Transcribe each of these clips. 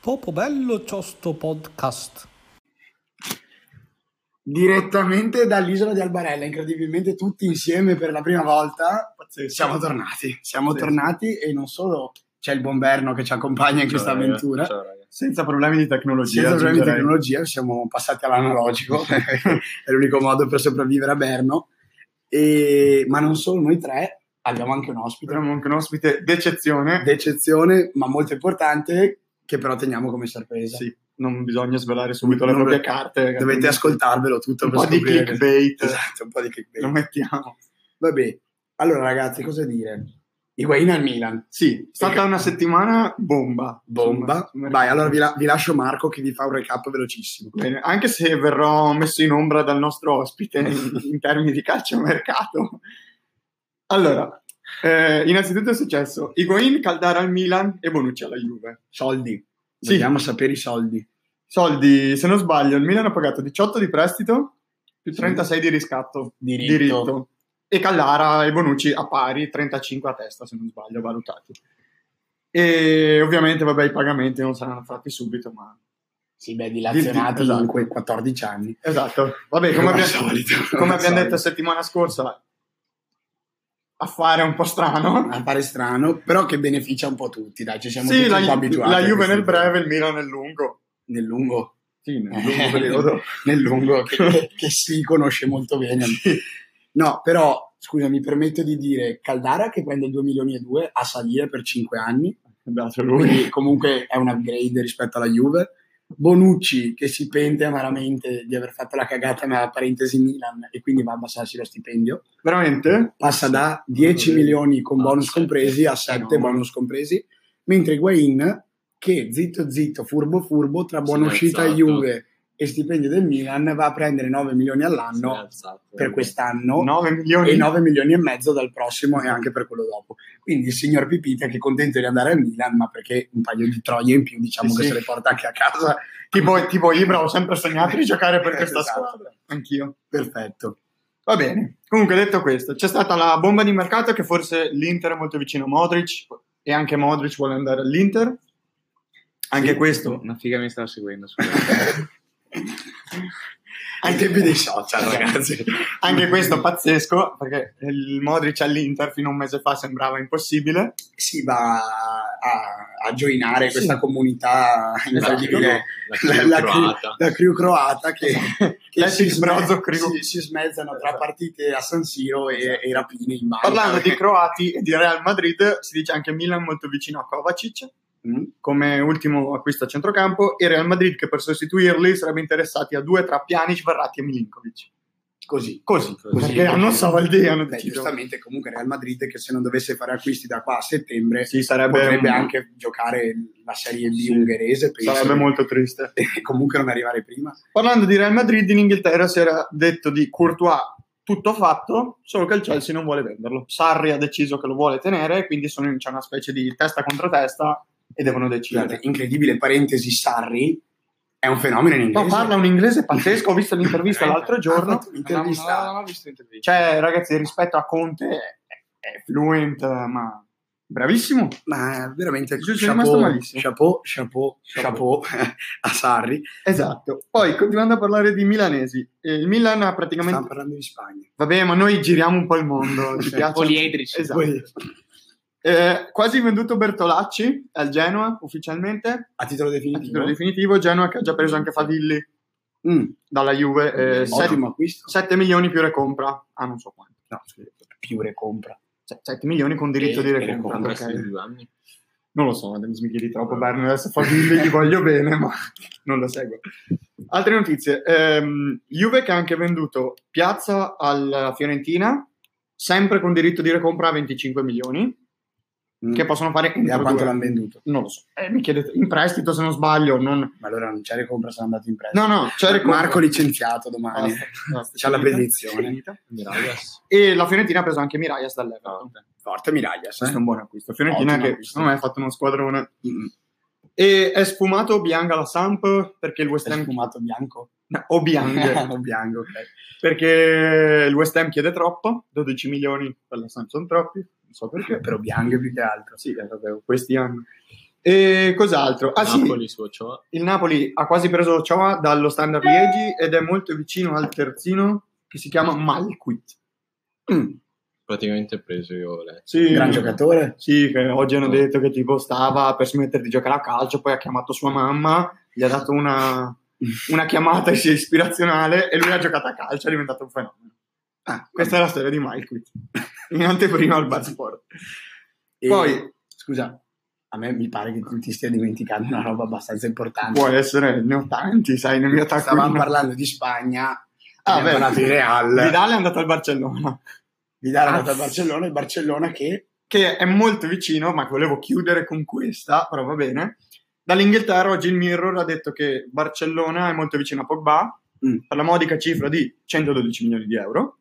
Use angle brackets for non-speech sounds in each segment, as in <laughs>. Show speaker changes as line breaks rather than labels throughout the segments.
Popo bello c'ho sto podcast.
Direttamente dall'isola di Albarella, incredibilmente tutti insieme per la prima volta.
Pazzesco.
Siamo tornati, siamo
Sì.
tornati e non solo c'è il buon Berno che ci accompagna in
Ciao,
questa
raga.
avventura.
Ciao, raga. Senza problemi di tecnologia.
Senza problemi di
Cioè, aggiungerei.
tecnologia siamo passati
<laughs>
all'analogico, è l'unico modo per sopravvivere a Berno. E- ma non solo noi tre, abbiamo anche un ospite
Abbiamo anche un ospite d'eccezione.
d'eccezione, ma molto importante, che però teniamo come sorpresa.
Sì, non bisogna svelare subito le
Non-
proprie carte. ragazzi.
Dovete ascoltarvelo tutto
Un
per
po' di
scoprire che-
clickbait.
Esatto, un po' di clickbait.
Lo mettiamo.
Vabbè, allora ragazzi, cosa dire? Higuain al Milan.
Sì, è stata una settimana bomba.
Bomba.
Insomma,
Vai, allora vi, la- vi lascio Marco che vi fa un recap velocissimo.
Bene, anche se verrò messo in ombra dal nostro ospite in, in termini di calciomercato. Allora, eh, innanzitutto è successo Higuain, Caldara al Milan e Bonucci alla Juve.
Soldi.
Sì.
Vogliamo sapere i soldi.
Soldi, se non sbaglio, il Milan ha pagato 18 di prestito più
Sì.
36 di riscatto.
Diritto.
E Callara e Bonucci a pari, 35 a testa se non sbaglio, valutati. E ovviamente, vabbè, i pagamenti non saranno fatti subito, ma...
Sì, beh,
dilazionati in
quei 14 anni.
Esatto. Vabbè, come,
Come al
abbiamo,
solito,
come
come al
abbiamo
solito.
detto settimana scorsa, affare un po' strano.
A pare strano, però che beneficia un po' tutti, dai, ci Ah, siamo
Sì,
tutti
la,
un po' abituati.
la
a
Juve
questi-
nel breve, il Milan nel lungo.
Nel lungo.
Sì, nel lungo
Eh, <laughs>
periodo.
nel lungo,
<laughs>
che, che- che si conosce molto bene. No, però, scusa, mi permetto di dire, Caldara che prende 2 milioni e 2 a salire per 5 anni,
Dato Esatto, lui.
quindi comunque è un upgrade rispetto alla Juve. Bonucci che si pente amaramente di aver fatto la cagata nella parentesi Milan e quindi va a abbassarsi lo stipendio.
Veramente?
Passa da 10 milioni con
Ah,
bonus
sette.
compresi a 7
No.
bonus compresi, mentre Higuain che zitto zitto, furbo furbo, tra buona
Si è
uscita
esatto.
alzato.
Juve e stipendio del Milan va a prendere 9 milioni all'anno
esatto.
per quest'anno
9 milioni.
e 9 milioni e mezzo dal prossimo e anche per quello dopo. Quindi il signor Pipita che è contento di andare a Milan, ma perché un paio di troie in più diciamo
Sì,
che
sì.
se le porta anche a casa.
Tipo, tipo Ibra, ho sempre sognato di giocare per questa
Esatto.
squadra. Anch'io.
Perfetto.
Va bene. Comunque, detto questo, c'è stata la bomba di mercato che forse l'Inter è molto vicino a Modric e anche Modric vuole andare all'Inter. Anche questo.
Una figa mi stava seguendo. scusa.
Ai tempi dei
<laughs>
social, ragazzi.
Anche questo pazzesco, perché il Modric all'Inter fino a un mese fa sembrava impossibile.
Si va a, a joinare questa comunità
Esatto.
incredibile,
La,
Esatto, La- la-
croata.
la crew croata che,
Esatto.
che si,
Celtic Brozo Crew. Esatto.
si- si smezzano tra partite a San Siro e, e rapine in mano.
Parlando di croati e di Real Madrid, si dice anche Milan molto vicino a Kovacic. come ultimo acquisto a centrocampo e Real Madrid che per sostituirli sarebbe interessati a due tra Pjanic, Verratti e Milinkovic.
così.
Così, Eh,
Così,
perché hanno soldi hanno
Beh,
deciso.
giustamente comunque Real Madrid che se non dovesse fare acquisti da qua a settembre
Sì, sarebbe,
potrebbe
un-
anche giocare la Serie B
Sì.
ungherese penso,
sarebbe molto triste.
<laughs> e comunque non arrivare prima
Parlando di Real Madrid, in Inghilterra si era detto di Courtois tutto fatto, solo che il Chelsea non vuole venderlo. Sarri ha deciso che lo vuole tenere, quindi sono in- c'è una specie di testa contro testa e devono
Scusate,
decidere.
incredibile parentesi Sarri è un fenomeno in
No,
inglese Ah,
parla un inglese Eh, pazzesco, ho visto l'intervista l'altro
Ha
giorno.
fatto un'intervista.
No, no, non ho visto l'intervista.
Cioè, ragazzi, rispetto a Conte è- è fluent, ma bravissimo.
ma veramente
Ci sono rimasto
chapeau,
malissimo.
chapeau, chapeau, chapeau <laughs> a Sarri
Esatto. Poi, continuando a parlare di milanesi, eh, il Milan ha
stiamo
praticamente...
parlando di Spagna
Vabbè, ma noi giriamo un po' il mondo. <laughs> ci piace.
Poliedrici.
Esatto. Eh, quasi venduto Bertolacci al Genoa, ufficialmente.
a titolo
A
definitivo
titolo definitivo, Genoa che ha già preso anche Favilli
Mm,
dalla Juve.
ottimo
7,
acquisto
milioni più recompra. Ah, non so quanto.
no scusa, più recompra
7 milioni con diritto di
E- e
Eh, recompra.
recompra,
ok.
sì, due anni.
Non lo so, mi smichili troppo bene, adesso Favilli gli voglio bene, ma <laughs> non lo seguo. Altre notizie. Ehm, Juve che ha anche venduto Piazza alla Fiorentina, sempre con diritto di recompra a 25 milioni,
Mm.
che possono fare
e a
entro
quanto
due
l'hanno
anni.
venduto
Non lo so. Eh, mi chiedete, in prestito se non sbaglio, non...
ma allora non c'è recompra sono andato in prestito
No, no, c'è recompra.
Marco licenziato domani
Basta, basta,
<laughs> C'ha la
finita,
petizione.
finita.
Mirallas.
E la Fiorentina ha preso anche Miraias dall'Everton.
forte Miraglias
Questo è
eh?
un buon acquisto. Fiorentina
Ah, Ottimo
che
acquisto.
secondo me ha fatto uno squadrone
Mm.
E è sfumato Obiang alla Samp perché il West
È
Ham...
sfumato bianco
No, Obiang.
<laughs> o bianco ok
perché il West Ham chiede troppo, 12 milioni per la Samp sono troppi, non so perché.
per Obiang più che altro
Sì, eh, vabbè, questi hanno. E cos'altro? Ah sì,
Napoli su Ochoa.
il Napoli ha quasi preso Ochoa dallo Standard Liegi ed è molto vicino al terzino che si chiama Malquit.
Praticamente ha preso io le...
Sì,
Gran giocatore.
Sì, che oggi hanno detto che tipo stava per smettere di giocare a calcio, poi ha chiamato sua mamma, gli ha dato una, una chiamata <laughs> is- ispirazionale e lui ha giocato a calcio, è diventato un fenomeno.
Ah,
Questa è la storia di Malquit, in anteprima al Bar Sport.
E-
Poi-
scusa, a me mi pare che tu ti stia dimenticando una roba abbastanza importante.
Può essere, ne ho tanti, sai, nel mio attacco.
Stavamo parlando di Spagna,
Ah,
abbiamo
beh.
parlato di Real,
Vidal è andato al Barcellona,
Vidal è
Ah.
andato al Barcellona, il Barcellona che
che è molto vicino, ma volevo chiudere con questa, però va bene. Dall'Inghilterra oggi il Mirror ha detto che Barcellona è molto vicino a Pogba
Mm.
per la modica cifra di 112 milioni di euro.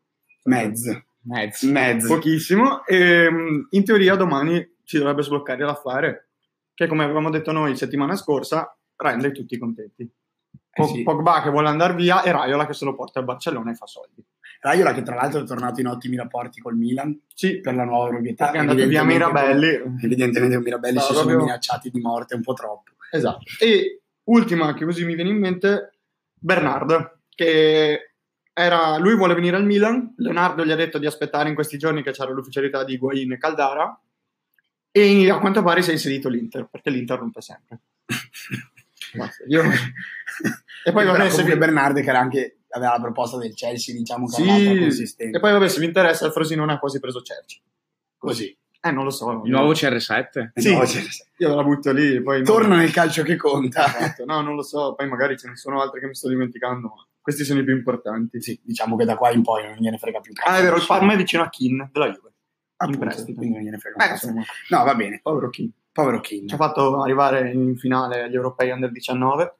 mezzo,
Mezzo.
mezzo.
pochissimo. E, mh, in teoria domani ci dovrebbe sbloccare l'affare, che come avevamo detto noi settimana scorsa, rende tutti contenti.
Eh
Po-
sì.
Pogba che vuole andare via e Raiola che se lo porta a Barcellona e fa soldi.
Raiola che tra l'altro è tornato in ottimi rapporti col Milan
Sì,
per la nuova proprietà.
perché è andato via
Evidentemente-
Mirabelli.
Evidentemente con Mirabelli
No,
si sono
proprio-
minacciati di morte un po' troppo. <laughs>
Esatto. E ultima che così mi viene in mente, Bernard, che era, lui vuole venire al Milan, Leonardo gli ha detto di aspettare in questi giorni che c'era l'ufficialità di Higuain e Caldara, e a quanto pare si è inserito l'Inter, perché l'Inter rompe sempre. Basta, io-
e poi vabbè,
se
comunque
vi-
Bernardo che era anche aveva la proposta del Chelsea, diciamo che
Sì,
era un'altra consistenza.
e poi vabbè, se vi interessa, il Frosinone ha quasi preso Cerci.
Così.
Eh, non lo so.
Il nuovo CR7?
Sì.
No, cioè,
Io la butto lì, poi...
torna nel calcio che conta.
Esatto. No, non lo so, poi magari ce ne sono altri che mi sto dimenticando, ma questi sono i più importanti.
Sì, diciamo che da qua in poi non gliene frega più cazzo.
Ah, è vero, il
nessuno.
Parma è vicino a Kin della Juve.
Appunto,
in prestito.
quindi non gliene frega un
Eh,
cazzo.
insomma,
No, va bene.
povero Cioè, Kin.
Povero King.
Ci ha fatto arrivare in finale agli europei under 19.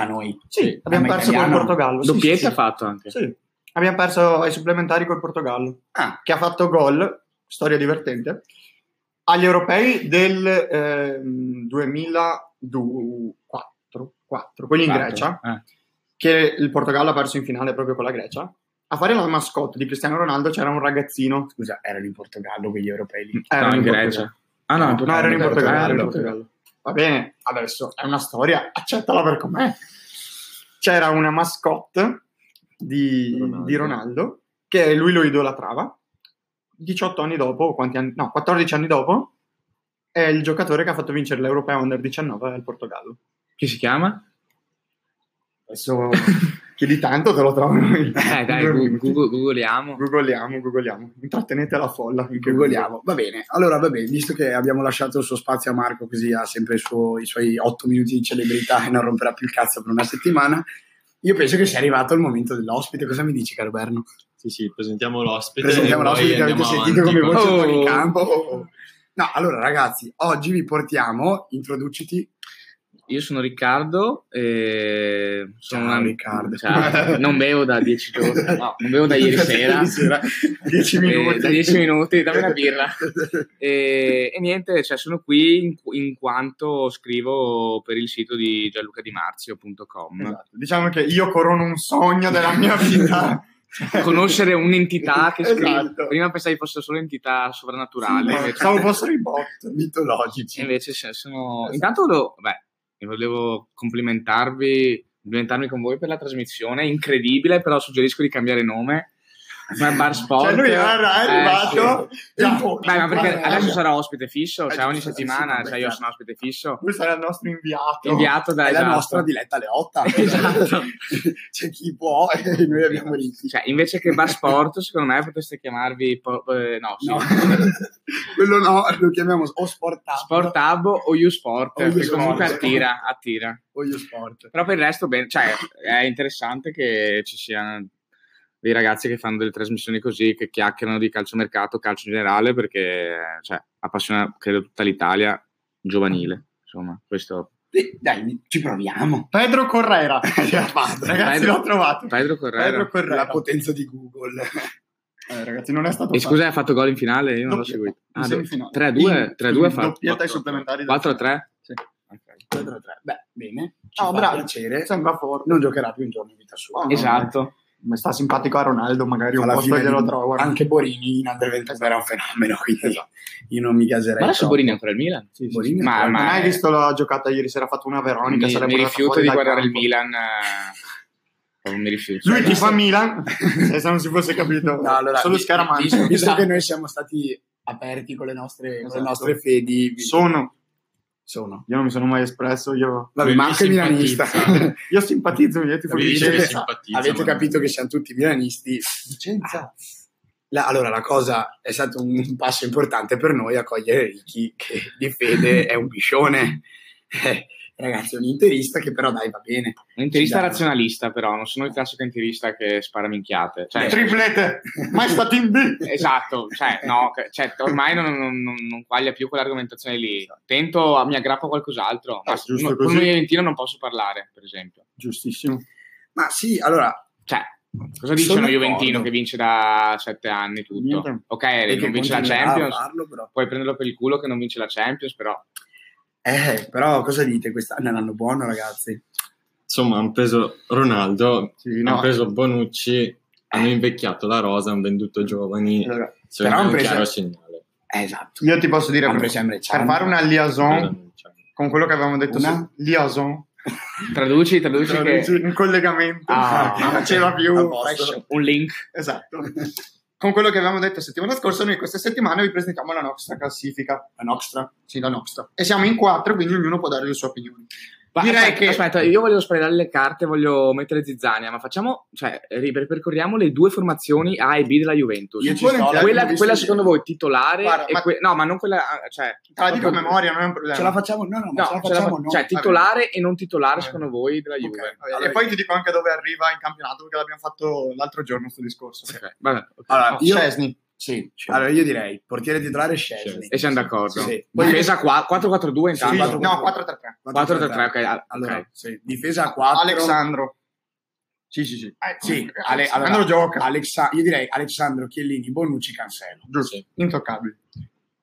a noi.
Sì, abbiamo
ma
perso col
italiano?
Portogallo. Sì,
Eh, Doppietta
sì,
ha
sì.
fatto anche.
Sì. Abbiamo perso ai supplementari col Portogallo,
Ah,
che ha fatto gol, storia divertente, agli europei del ehm, 2004, 4, quelli in
Esatto.
Quattro.
Grecia.
Eh.
che il Portogallo ha perso in finale proprio con la Grecia. A fare la mascotte di Cristiano Ronaldo c'era un ragazzino.
scusa, erano in Portogallo quegli europei lì.
Era
No, in Grecia. Ah no,
No, erano in
Portogallo.
Portogallo.
Portogallo.
in Portogallo. Va bene, adesso è una storia, accettala per com'è. C'era una mascotte di di Ronaldo.
Ronaldo.
che lui lo idolatrava. 18 anni dopo, o quanti anni? No, 14 anni dopo, è il giocatore che ha fatto vincere l'Europeo Under 19 al Portogallo.
Chi si chiama?
Adesso chiedi tanto, te lo trovo. in-
<laughs> Eh
<laughs>
dai,
in due
gu-
minuti.
gu- googliamo.
Googoliamo, googoliamo. Intrattenete la folla.
Che vogliamo. Va bene. Allora, va bene, visto che abbiamo lasciato il suo spazio a Marco, così ha sempre il suo- i suoi 8 minuti di celebrità e non romperà più il cazzo per una settimana. Io penso che sia arrivato il momento dell'ospite. Cosa mi dici, caro Berno?
Sì, sì, presentiamo l'ospite.
Presentiamo
e
l'ospite
poi
che avete
Eh, andiamo
sentito
avanti
come voce
con-
oh.
Oh!
Tony Campo. No, allora ragazzi, oggi vi portiamo, introduciti,
Io sono Riccardo e sono
Ciao,
un-
Riccardo.
Ciao. non bevo da
<laughs>
dieci
<laughs>
giorni, no, non bevo da ieri sera. Eh,
10 minuti.
da dieci minuti, dammi una birra.
<laughs>
E, e niente, cioè, sono qui in, in quanto scrivo per il sito di gianlucadimarzio.com.
Esatto. Diciamo che io corono un sogno della mia vita. Cioè-
<laughs> Conoscere un'entità che scrive.
Esatto.
Prima pensavi fosse solo entità sovrannaturale. invece-
Pensavo fossero i bot.
mitologici.
Invece se- sono...
Esatto.
Intanto volevo, beh, io volevo complimentarvi, complimentarmi con voi per la trasmissione, incredibile, però suggerisco di cambiare nome. Ma Bar Sport...
Cioè, lui era- è
Eh,
arrivato.
sì.
Già,
Beh,
Beh, ma perché
guarda,
adesso sarà ospite fisso,
Eh,
cioè ogni
giusto, sì,
settimana,
sì,
cioè io
sì.
sono ospite fisso,
Lui sarà il nostro inviato.
inviato da...
è la
esatto.
nostra diletta alle 8.
Esatto.
<laughs> C'è chi può e noi abbiamo ricchi.
Cioè, invece che Bar Sport, secondo me potreste chiamarvi... po- eh, no, sì.
No. <laughs> Quello no, lo chiamiamo o Sport Hub
Sport Hub o U Sport,
O U
che comunque
Sport.
attira, attira.
o io Sport.
Però per il resto, bene, cioè, è interessante che ci siano dei ragazzi che fanno delle trasmissioni così, che chiacchierano di calciomercato, calcio in generale, perché cioè, appassiona, credo, tutta l'Italia giovanile. Insomma, questo
Sì, Dai, ci proviamo.
Pedro Correra.
Vado.
Ragazzi,
<laughs> Pedro-
l'ho trovato.
Pedro Correra.
Pedro Correra.
La potenza di Google.
Eh, ragazzi, non è stato
E
facile.
scusa, ha fatto gol in finale? Io non l'ho
Doppietta.
seguito.
In
Ah,
semifinale.
3-2,
In-
3-2
in
fa.
doppietta ai supplementari del
4 3?
Sì.
Quattro a tre. Beh, bene. Ci
No,
fa
bravo.
piacere.
Sembra forte.
Non giocherà più un giorno in vita sua.
Oh, no.
Esatto.
mi sta simpatico a Ronaldo, magari un
Alla
posto
fine
glielo
di-
trovo.
Anche Borini in under 21 era un fenomeno, quindi io non mi gaserei.
Esatto. Ma adesso
troppo.
Borini è ancora il Milan?
Sì, sì,
Borini
sì.
ma-
non
ma-
hai visto la giocata ieri sera ha fatto una Veronica?
mi,
sarebbe
mi
andata
rifiuto
fuori
di
dal
guardare il
campo.
Milan. eh, proprio mi rifiuto.
Lui
Cioè,
ti fa Milan, se non si fosse capito,
No, allora,
solo
vi-
scaramantico.
vi- Visto che noi siamo stati aperti con le nostre, con le
Esatto.
nostre fedi, vi-
Sono,
sono.
io non mi sono mai espresso, io,
Vabbè, ma anche
Lui
milanista.
simpatizza.
io simpatizzo, io ti
Lui
Dice
dice
che
che
felice.
simpatizza,
Avete
ma-
capito che siamo tutti milanisti. Ah. La- allora, la cosa è stato un passo importante per noi accogliere Ricky, che di fede è un biscione. Eh, ragazzi, è un interista che però dai, va bene.
un interista
Sì, dai.
razionalista, però, non sono il classico interista che spara minchiate. Cioè,
Triplete,
<laughs>
mai stato in B.
<laughs> Esatto, cioè, no, che- cioè, ormai non, non, non- non quaglia più quell'argomentazione lì. Tento, mi aggrappo a qualcos'altro. Ma
Eh, giusto
con-
così.
con un Juventino non posso parlare, per esempio.
Giustissimo.
Ma sì, allora,
Cioè, cosa dice
Sono
uno Juventino
d'accordo.
che vince da sette anni tutto?
Niente.
Ok,
e che
non vince la
continuerà a
Champions,
farlo, però.
puoi prenderlo per il culo che non vince la Champions, però
Eh, però cosa dite? Quest'anno è un anno buono, ragazzi.
Insomma, hanno preso Ronaldo,
Sì,
hanno
no.
preso Bonucci, hanno invecchiato la rosa, hanno venduto giovani.
Allora,
però
Secondo me è un
hanno
chiaro
preso-
segnale.
Eh, esatto.
Io ti posso dire,
Hanno
per,
preso Emre
per
Can.
fare una
Cosa
liaison
non c'è?
con quello che avevamo detto,
Una?
su- liaison,
traduci, traduci
Traduci, <laughs>
che
un collegamento,
Ah,
non faceva
a
più
posto.
fresh.
un link.
Esatto. Con quello che avevamo detto settimana scorsa, noi questa settimana vi presentiamo la nostra classifica. La nostra? Sì, la nostra. E siamo in quattro, quindi ognuno può dare le sue opinioni.
Ma
Direi
aspetta,
che-
aspetta, io voglio sparare le carte, voglio mettere zizzania, ma facciamo, cioè, ri- ripercorriamo le due formazioni A e B della Juventus.
Io ci sto,
Volentieri.
l'abbiamo
quella,
visto
quella
ieri.
secondo voi titolare
Guarda,
e
ma-
que- no ma non quella ah, cioè
Te la dico a
proprio-
memoria, non è un problema.
Ce la facciamo? No, no, ma
no,
ce la
ce la
facciamo.
fa-
no.
cioè titolare e non titolare
Vabbè.
secondo voi della Juve
Ok.
Vabbè, E poi ti dico anche dove arriva in campionato, perché l'abbiamo fatto l'altro giorno questo discorso.
Ok, vabbè, ok.
Allora,
Oh,
io,
Szczesny.
sì, allora, io direi portiere titolare Scesni.
e siamo d'accordo
Sì.
difesa qua- 4-4-2
Sì, quattro-
intanto
no, 4-3-3.
4-3-3 ok, ah,
Allora,
ok.
sì, difesa a 4.
Alexandro. Sì, sì, sì.
Sì, Ale-
Alexandro
allora-
gioca.
Alexa- io direi Alessandro Chiellini, Bonucci, Cancelo.
Giusto.
Sì.
Intoccabile.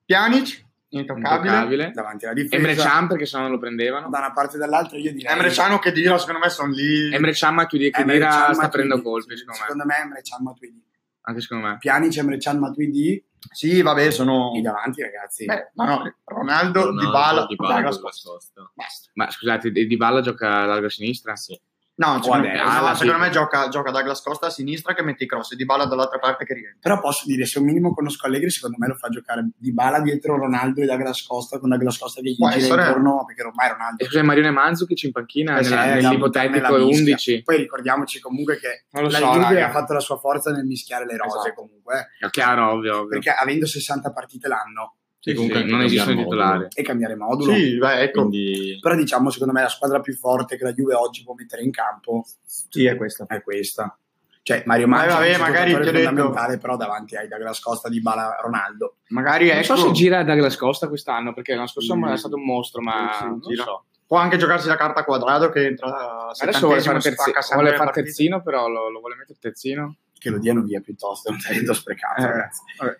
Pianic, intoccabile.
Intoccabile.
Davanti alla
Emre
difesa.
Can perché se no non lo prendevano
Da una parte e dall'altra io direi...
Emre Can o che dirò, secondo me sono lì.
Emre Can ma chiudi
Emre
Khedira
Can,
sta
Matuidi.
prendendo
Sì,
colpi secondo me
Secondo me Emre Can, Matuidi.
anche secondo me
Pjanic, Emre Can, Matuidi.
Sì, vabbè, sono...
I davanti, ricazzi.
Beh, ma no, Ronaldo,
Ronaldo,
Dybala,
Dybala,
Raga,
Douglas
scosso.
Costa.
Basta.
ma scusate Di Di Balla gioca larga sinistra
Sì.
No, secondo,
vabbè,
no,
alla
secondo
fine.
me gioca, gioca Douglas Costa a sinistra che mette i cross e Dybala dall'altra parte che rientra.
Però posso dire, se un minimo conosco Allegri, secondo me lo fa giocare di bala dietro Ronaldo e Douglas Costa, con Douglas Costa che gli
Può
gira
essere.
intorno, perché ormai Ronaldo...
e scusa Marione Mandzukic in panchina
Eh, sì,
nella-
eh, la-
nell'ipotetico
nella mischia.
11
Poi ricordiamoci comunque che
non lo
la
so
Juve
raga.
ha fatto la sua forza nel mischiare le rose
Esatto.
comunque, eh.
È chiaro ovvio, ovvio.
perché avendo 60 partite l'anno
Sì,
Sì,
comunque
sì,
anche
non esistono
cambiare
titolari.
modulo.
e cambiare modulo.
Sì, beh, ecco.
Quindi
Però diciamo, secondo me la squadra più forte che la Juve oggi può mettere in campo
Sì, è questa.
è questa. Cioè Mario
Ma
Manzi
vabbè, magari
è un
ti ho
giocatore
detto-
fondamentale, però davanti ai Douglas Costa di Bala Ronaldo.
Magari
Eh, Non
ecco,
so se gira Douglas Costa quest'anno, perché l'anno scorso
Mm.
è stato un mostro, ma
Sì, sì,
non
gira.
so.
può anche giocarsi la carta quadrado che entra al
Adesso vuole
settantesimo,
fare,
si
terzi-
spacca sempre
vuole
le
far
partite.
terzino, però lo, lo vuole mettere terzino.
Che lo diano via piuttosto, è un talento sprecato,
Eh,
ragazzi.
vabbè.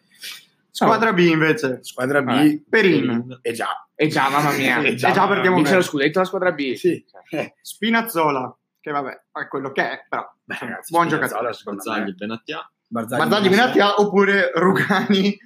Squadra B invece,
Squadra B
Vabbè.
Perin,
è già.
E Eh
<laughs>
già, mamma
Eh,
mia.
E
E
già,
già,
mamma
perché
mia.
vince lo scudetto la squadra B.
Sì. Eh,
Spinazzola, che vabbè, è quello che è, però
Beh, ragazzi,
buon
Spinazzola,
giocatore.
secondo me.
Eh.
Barzagli, Benatia,
Barzagli,
Barzagli Benatia oppure
<laughs>
Rugani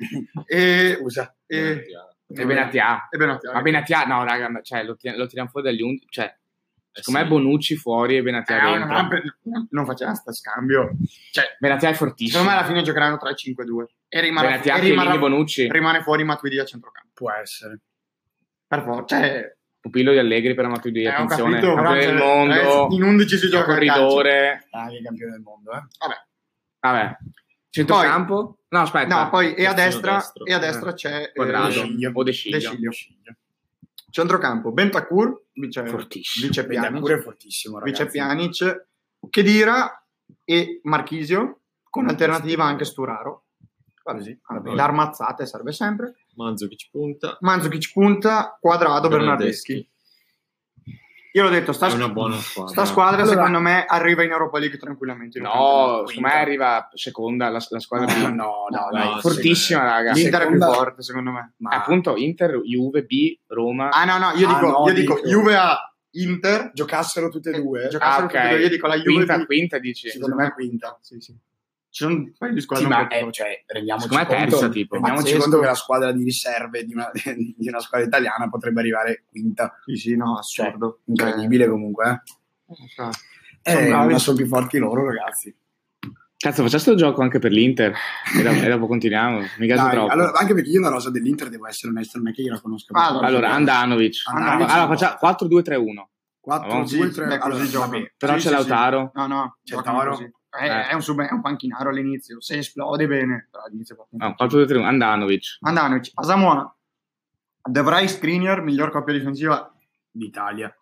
e,
Scusa.
e,
Benatia.
E Benatia.
e Benatia.
Ma Benatia, no, raga, ma- cioè, lo, ti- lo tiriamo fuori dagli 11. Cioè,
Eh
secondo
sì.
me Bonucci fuori e
Eh,
Benatia
non,
dentro.
non- non faceva sta scambio. Cioè,
Benatia è
secondo me
fortissimo.
alla fine giocheranno 3-5-2 e, rimarrà-
Benatia,
e
Chiellini,
rimarrà-
Bonucci.
rimane fuori Matuidi a centrocampo.
Può essere.
Per forza, cioè,
Pupillo di Allegri per Matuidi,
eh, ho
attenzione.
capito, però,
campione
cioè,
del mondo,
eh, in 11 si gioca a
corridore.
Anche campione del mondo, eh.
Vabbè.
Vabbè. Centrocampo? No, aspetta.
No, poi e a
terzino
destra,
destro.
e a destra c'è eh,
Quadrado.
De Sciglio.
Ah, O De Sciglio.
De Sciglio. Centrocampo, Bentacur, vice,
Fortissimo.
vice Pjanic,
pure è fortissimo, ragazzi.
vice Pjanic, Chedira e Marchisio, con alternativa anche Sturaro. Vabbè, sì, vabbè,
Vabbè.
l'armazzate serve sempre.
Mandzukic punta.
Mandzukic punta, Quadrado, Bernardeschi. Io l'ho detto, sta,
È una buona squadra.
sta squadra
Allora-
secondo me arriva in Europa League tranquillamente. in un
No,
campionato.
secondo me arriva seconda la, la squadra
<clears throat>
più
No, no, no,
dai,
no,
fortissima, raga.
Sì.
L'Inter è più
seconda-
Eh,
forte secondo me.
Ma
Appunto, Inter, Juve, B, Roma.
Ah no, no, io
Ah,
dico,
no,
io dico
dico.
Juve A, Inter,
Giocassero tutte
Eh,
e due. eh,
giocassero
Ah, ok.
tutte e due. Io dico la Juve.
Quinta,
di-
quinta dici?
Secondo me è quinta.
Sì, sì. Ci sono un paio di
Sì,
squadre. un
ma
po'
è-
più-
cioè, rendiamoci
Secondo me è
conto,
terza, tipo.
rendiamoci
Pazzesco.
conto che la squadra di riserve di una, <laughs> di una squadra italiana potrebbe arrivare quinta.
Sì, sì, no, assurdo.
Incredibile comunque.
Eh, cioè,
eh.
Sono
Eh,
bravi.
ma sono più forti loro, ragazzi.
Cazzo, facciamo sto gioco anche per l'Inter e, do- e dopo continuiamo. Mi piace
Dai,
troppo.
allora,
Allora,
anche perché io la rosa dell'Inter devo essere onesto, non è che io la conosco.
Ah, allora,
Andanovic.
Andanovic.
Allora, facciamo 4-2-3-1.
4,
Oggi,
2, 3,
beh, Ecco, così
allora,
gioca.
vabbè.
Però
Sì,
c'è
sì,
Lautaro.
No, no,
C'è
giocano
Toro?
così. È, è un, sub- è un panchinaro all'inizio. Se esplode bene, però all'inizio fa-
No, 4-2-3-1. Andanovic.
Andanovic, Asamoa, Devrai Skriniar, miglior coppia difensiva
D'Italia.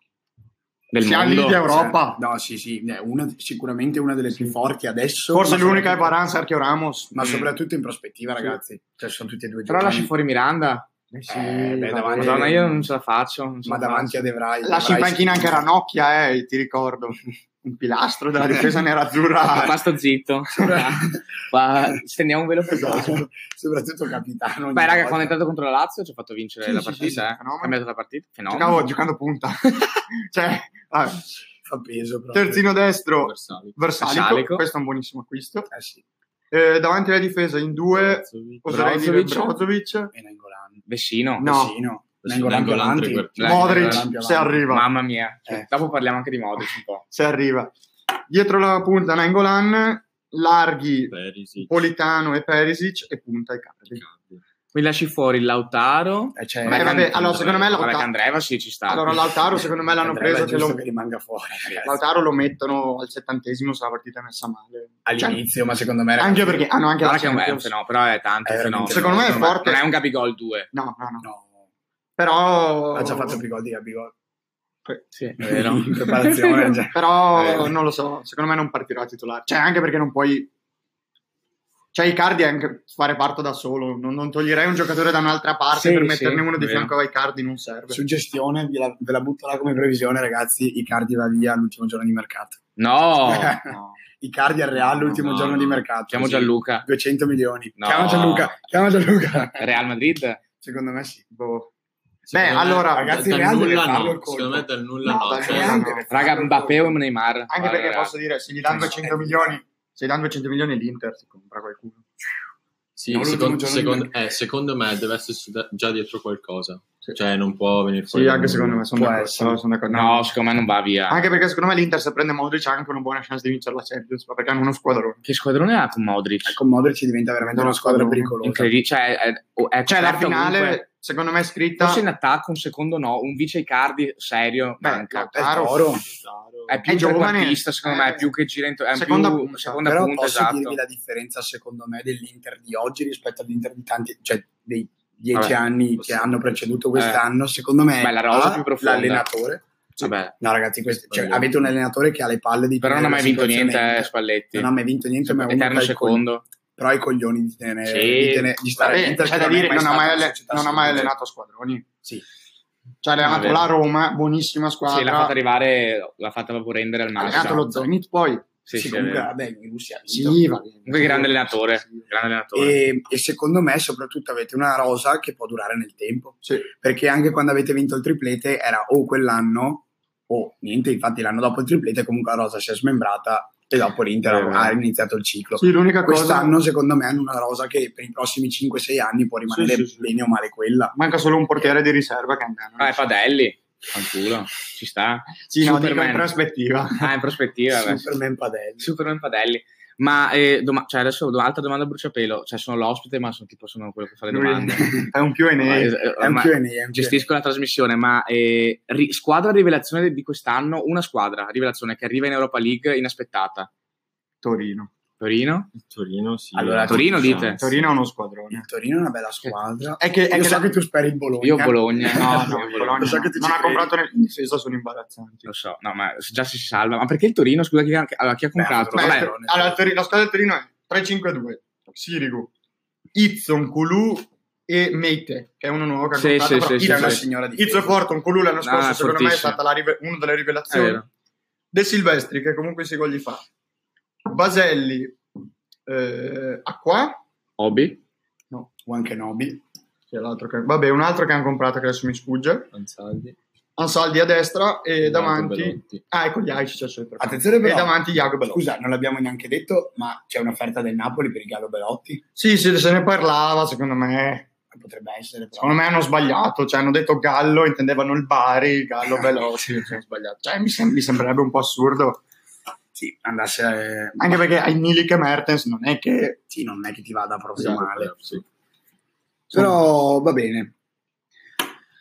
Del
Siamo lì
mondo.
di Europa.
Cioè, no, sì, sì, eh, una- sicuramente una delle più forti adesso.
Forse
ma
l'unica Mm. è
soprattutto-
Varane, Sergio Ramos.
Ma soprattutto in prospettiva, ragazzi. Cioè, sono tutti e due
Però
giovani.
lasci fuori Miranda.
Eh sì,
Eh, beh,
vabbè.
davanti-
Madonna, io non ce la faccio. non ce
Ma
la
davanti a
faccio.
De Vrij.
Lasci in panchina anche Ranocchia, eh, ti ricordo. Un pilastro della difesa <laughs>
Ma
nerazzurra.
qua sto zitto. <laughs>
<laughs>
Qua stendiamo un velo per
Esatto. Soprattutto capitano. ogni
Beh, raga,
volta.
quando è entrato contro la Lazio ci ha fatto vincere
Sì,
la
sì,
partita.
sì, sì,
eh.
fenomeno.
Ha cambiato la partita. Fenomeno.
Giocavo giocando punta. cioè, vabbè.
Fa peso proprio.
terzino destro,
Versali.
Versalico.
Versalico.
Questo è un buonissimo acquisto.
Eh sì,
Eh, davanti alla difesa in due,
Brozovic.
oserei dire
Brozovic.
Brozovic,
e Nangolan.
Vecino.
No.
Vecino. Nangolan più
Nangolan,
avanti.
trequartista.
Dai, Nangolan
Modric,
più
se
avanti.
arriva.
Mamma mia. Cioè,
Eh.
Dopo parliamo anche di Modric un po'.
se arriva. Dietro la punta Nangolan, larghi
Perisic.
Politano e Perisic e punta Icardi.
Icardi.
Mi lasci fuori Lautaro.
Eh, cioè,
Beh, vabbè, allora, secondo me
Lautaro...
Lautaro-
Andreva sì, ci sta. Eh,
Allora Lautaro secondo me l'hanno
Andrea,
preso
è
che
giusto
lo,
che rimanga fuori. ragazzi.
Lautaro lo mettono al settantesimo se la partita è messa male.
All'inizio, ma secondo me...
Cioè,
ragazzi,
anche perché hanno anche la
Guarda che è un- è un
Champions. Eh,
fenomeno, però è tanto
È veramente
fenomeno.
Secondo
me è
Non
forte.
Non è un Gabigol 2.
No, no, no.
No,
Però
ha già fatto più gol di Gabigol.
Sì, è
<laughs>
vero.
<laughs> In
<laughs>
preparazione, <laughs> già.
Però
Eh.
non lo so, secondo me non partirà titolare. Cioè, anche perché non puoi. Cioè, Icardi è anche fare parto da solo. Non, non toglierei un giocatore da un'altra parte
Sì,
per
sì,
metterne uno di
vero.
fianco a Icardi, non serve.
Suggestione, ve la, ve la butto là come previsione, ragazzi. Icardi va via l'ultimo giorno di mercato.
No,
<laughs> No.
Icardi al Real l'ultimo
No,
giorno
no.
di mercato.
chiamo
Sì.
Gianluca.
200 milioni.
No.
Chiama Gianluca, chiama
<laughs>
Gianluca.
Eh, Real Madrid.
Secondo me sì.
Boh. Beh,
Secondo me-
allora,
ragazzi,
dal
Real deve
nulla
farlo
no.
il colpo.
Secondo me dal nulla
No,
no.
dal
cioè,
nulla no.
Raga, Mbappé o Neymar.
Anche
Guarda,
perché
raga.
posso dire, se gli danno 200 milioni, se gli danno 200 milioni l'Inter si compra qualcuno.
sì,
Non l'ultimo
secondo,
giorno
secondo-
di mercato.
eh, secondo me deve essere su- già dietro qualcosa. Cioè, non può venire fuori.
Sì,
da
anche
nulla.
secondo me sono
Può
d'accordo.
essere.
sono d'accordo.
No, secondo me non va via.
Anche perché secondo me l'Inter se prende Modric ha anche una buona chance di vincere la Champions, ma perché hanno uno squadrone.
Che squadrone ha con Modric?
Ecco,
Con Ecco, Modric ci diventa veramente una squadra
Madonna.
pericolosa.
Incredibile. Cioè, è, è
Cioè, la
coperto
finale,
ovunque.
secondo me, è scritta...
Certo, Forse in attacco, un secondo no. Un vice Icardi serio.
Beh,
manca.
no, esatto.
È
Lautaro-
Toro.
È più
è giovane.
trequartista, secondo me. È
Eh,
più che gira in è un
seconda
più-
punta.
seconda
Però
punta,
posso
esatto.
dirvi la differenza, secondo me, dell'Inter di oggi rispetto all'Inter di tanti, cioè dei dieci
Vabbè,
anni che
possiamo-
hanno preceduto quest'anno. Secondo me,
Beh, la rosa
A,
più profonda.
l'allenatore.
Vabbè.
No, ragazzi, questo- cioè,
Sbagliato.
avete un allenatore che ha le palle di
Però non ha
tenere
mai
la
vinto
situazione
niente, eh,
in-
Spalletti.
Non ha mai vinto niente, ma è uno
Eterno
tra i coglioni-
secondo.
però ha i coglioni di, tenere,
Sì.
di, tenere- di stare
Vabbè,
all'Inter,
Cioè, c'è
che
da
è
dire, non ha mai,
stata una
alle-
società
non ha mai
semplice.
allenato squadroni.
Sì.
Cioè, ha allenato
Vabbè.
la Roma, buonissima
Sì, l'ha
squadra.
fatta esatto. arrivare, l'ha fatta proprio rendere al
ha
massimo.
allenato lo Zenit poi.
Sì,
Sì,
sì, è
comunque,
vero.
vabbè, in Russia ha vinto.
Sì, va bene.
Comunque grande allenatore, grande allenatore.
E, e secondo me, soprattutto, avete una rosa che può durare nel tempo.
Sì.
Perché anche quando avete vinto il triplete era o quell'anno o niente. Infatti, l'anno dopo il triplete, comunque la rosa si è smembrata e dopo l'Inter
Eh,
ha
eh.
iniziato il ciclo.
Sì, l'unica
Quest'anno,
cosa...
secondo me, hanno una rosa che per i prossimi 5-6 anni può rimanere
Sì, sì, sì.
bene o male quella.
Manca solo un portiere di riserva che andrà.
Ah, è Padelli, fanculo, ci sta.
Sì, no, dico in
Superman.
prospettiva.
Ah,
<laughs>
in prospettiva, beh.
Superman Padelli.
Superman Padelli. Ma eh, doma- cioè adesso do- altra domanda a bruciapelo, cioè sono l'ospite ma sono tipo sono quello
<laughs>
che fa le
Lui-
domande.
è un più e
Ma, eh,
nero.
eh,
È un
ma-
Q&A, è un Q&A.
gestisco la trasmissione, ma eh, ri- squadra rivelazione di quest'anno, una squadra rivelazione che arriva in Europa League inaspettata.
Torino.
Torino?
Torino, sì.
Allora,
Torino, dite.
eh,
Torino è uno squadrone.
Il Torino è una bella squadra.
È che, è
Io
che
so
Eh, la-
che tu speri il Bologna.
Io Bologna.
No,
Io
no,
Bologna.
Bologna
Lo so
no.
che tu ci
non ha
credi.
comprato nel in difesa, sono imbarazzanti.
Lo so, no, ma già se si salva. Ma perché il Torino? Scusa, chi, chi- allora, chi ha comprato?
Beh,
Vabbè,
Torino.
allora, il Torino- la squadra del Torino è 3-5-2, Sirigu, Izzon, Kulu e Meite, che è uno nuovo che ha
Sì,
comprato,
sì,
però
sì,
Io è una
Izzo-
sì.
signora di
Izzo Forte, un Kulu l'anno
No,
scorso,
è
secono me è
Ah, fortissimo.
stata la rive- una delle
è
rivelazioni.
vero.
De Silvestri, che comunque si gol gli fa. Baselli, eh, Acqua,
Obi?
Nobi.
che è l'altro che- vabbè, un altro che hanno comprato che adesso mi sfugge.
Ansaldi.
Ansaldi a destra e
Iago
davanti...
Belotti.
Ah, ecco gli Aici c'è sopra.
Attenzione
E
però.
davanti Iago Belotti.
Scusa, non l'abbiamo neanche detto, ma c'è un'offerta del Napoli per Gallo Belotti.
Sì, sì, se ne parlava, secondo me.
Potrebbe essere. Però.
Secondo me hanno sbagliato, cioè hanno detto Gallo, intendevano il
<laughs>
Bari, Gallo Veloci, hanno sbagliato. Cioè mi, sem- mi sembrerebbe un po' assurdo,
Sì, andasse... eh,
anche perché ai Milik e Mertens non è che...
Sì, non è che ti vada proprio
Esatto,
male.
sì.
Però va bene.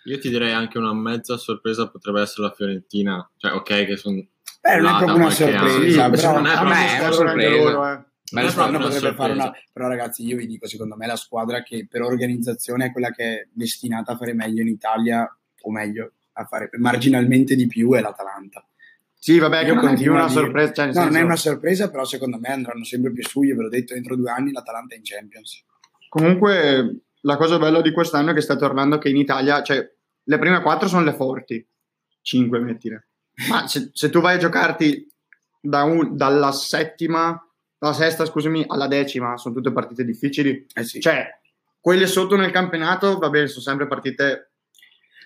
Io ti direi anche una mezza sorpresa potrebbe essere la Fiorentina. Cioè, ok, che sono...
Beh, Eh, non è
Là,
proprio
da
una
qualche anno.
sorpresa,
Sì,
Ah, però-
non è
a
proprio
me
una
è
una
sorpresa.
sorpresa.
loro, eh.
Non è
La squadra
proprio una
potrebbe fare una...
sorpresa.
Però ragazzi, io vi dico, secondo me la squadra che per organizzazione è quella che è destinata a fare meglio in Italia, o meglio, a fare marginalmente di più, è l'Atalanta.
Sì, vabbè, che
Io
non è più
continuo a
una
dire-
sorpresa. Cioè, nel
No, non è
senso-
una sorpresa, però secondo me andranno sempre più su, io ve l'ho detto, entro due anni l'Atalanta è in Champions.
Comunque, la cosa bella di quest'anno è che sta tornando che in Italia, cioè, le prime quattro sono le forti, cinque mettile. Ma se, se tu vai a giocarti da un- dalla settima, dalla sesta, scusami, alla decima, sono tutte partite difficili.
Eh sì.
Cioè, quelle sotto nel campionato, va bene, sono sempre partite,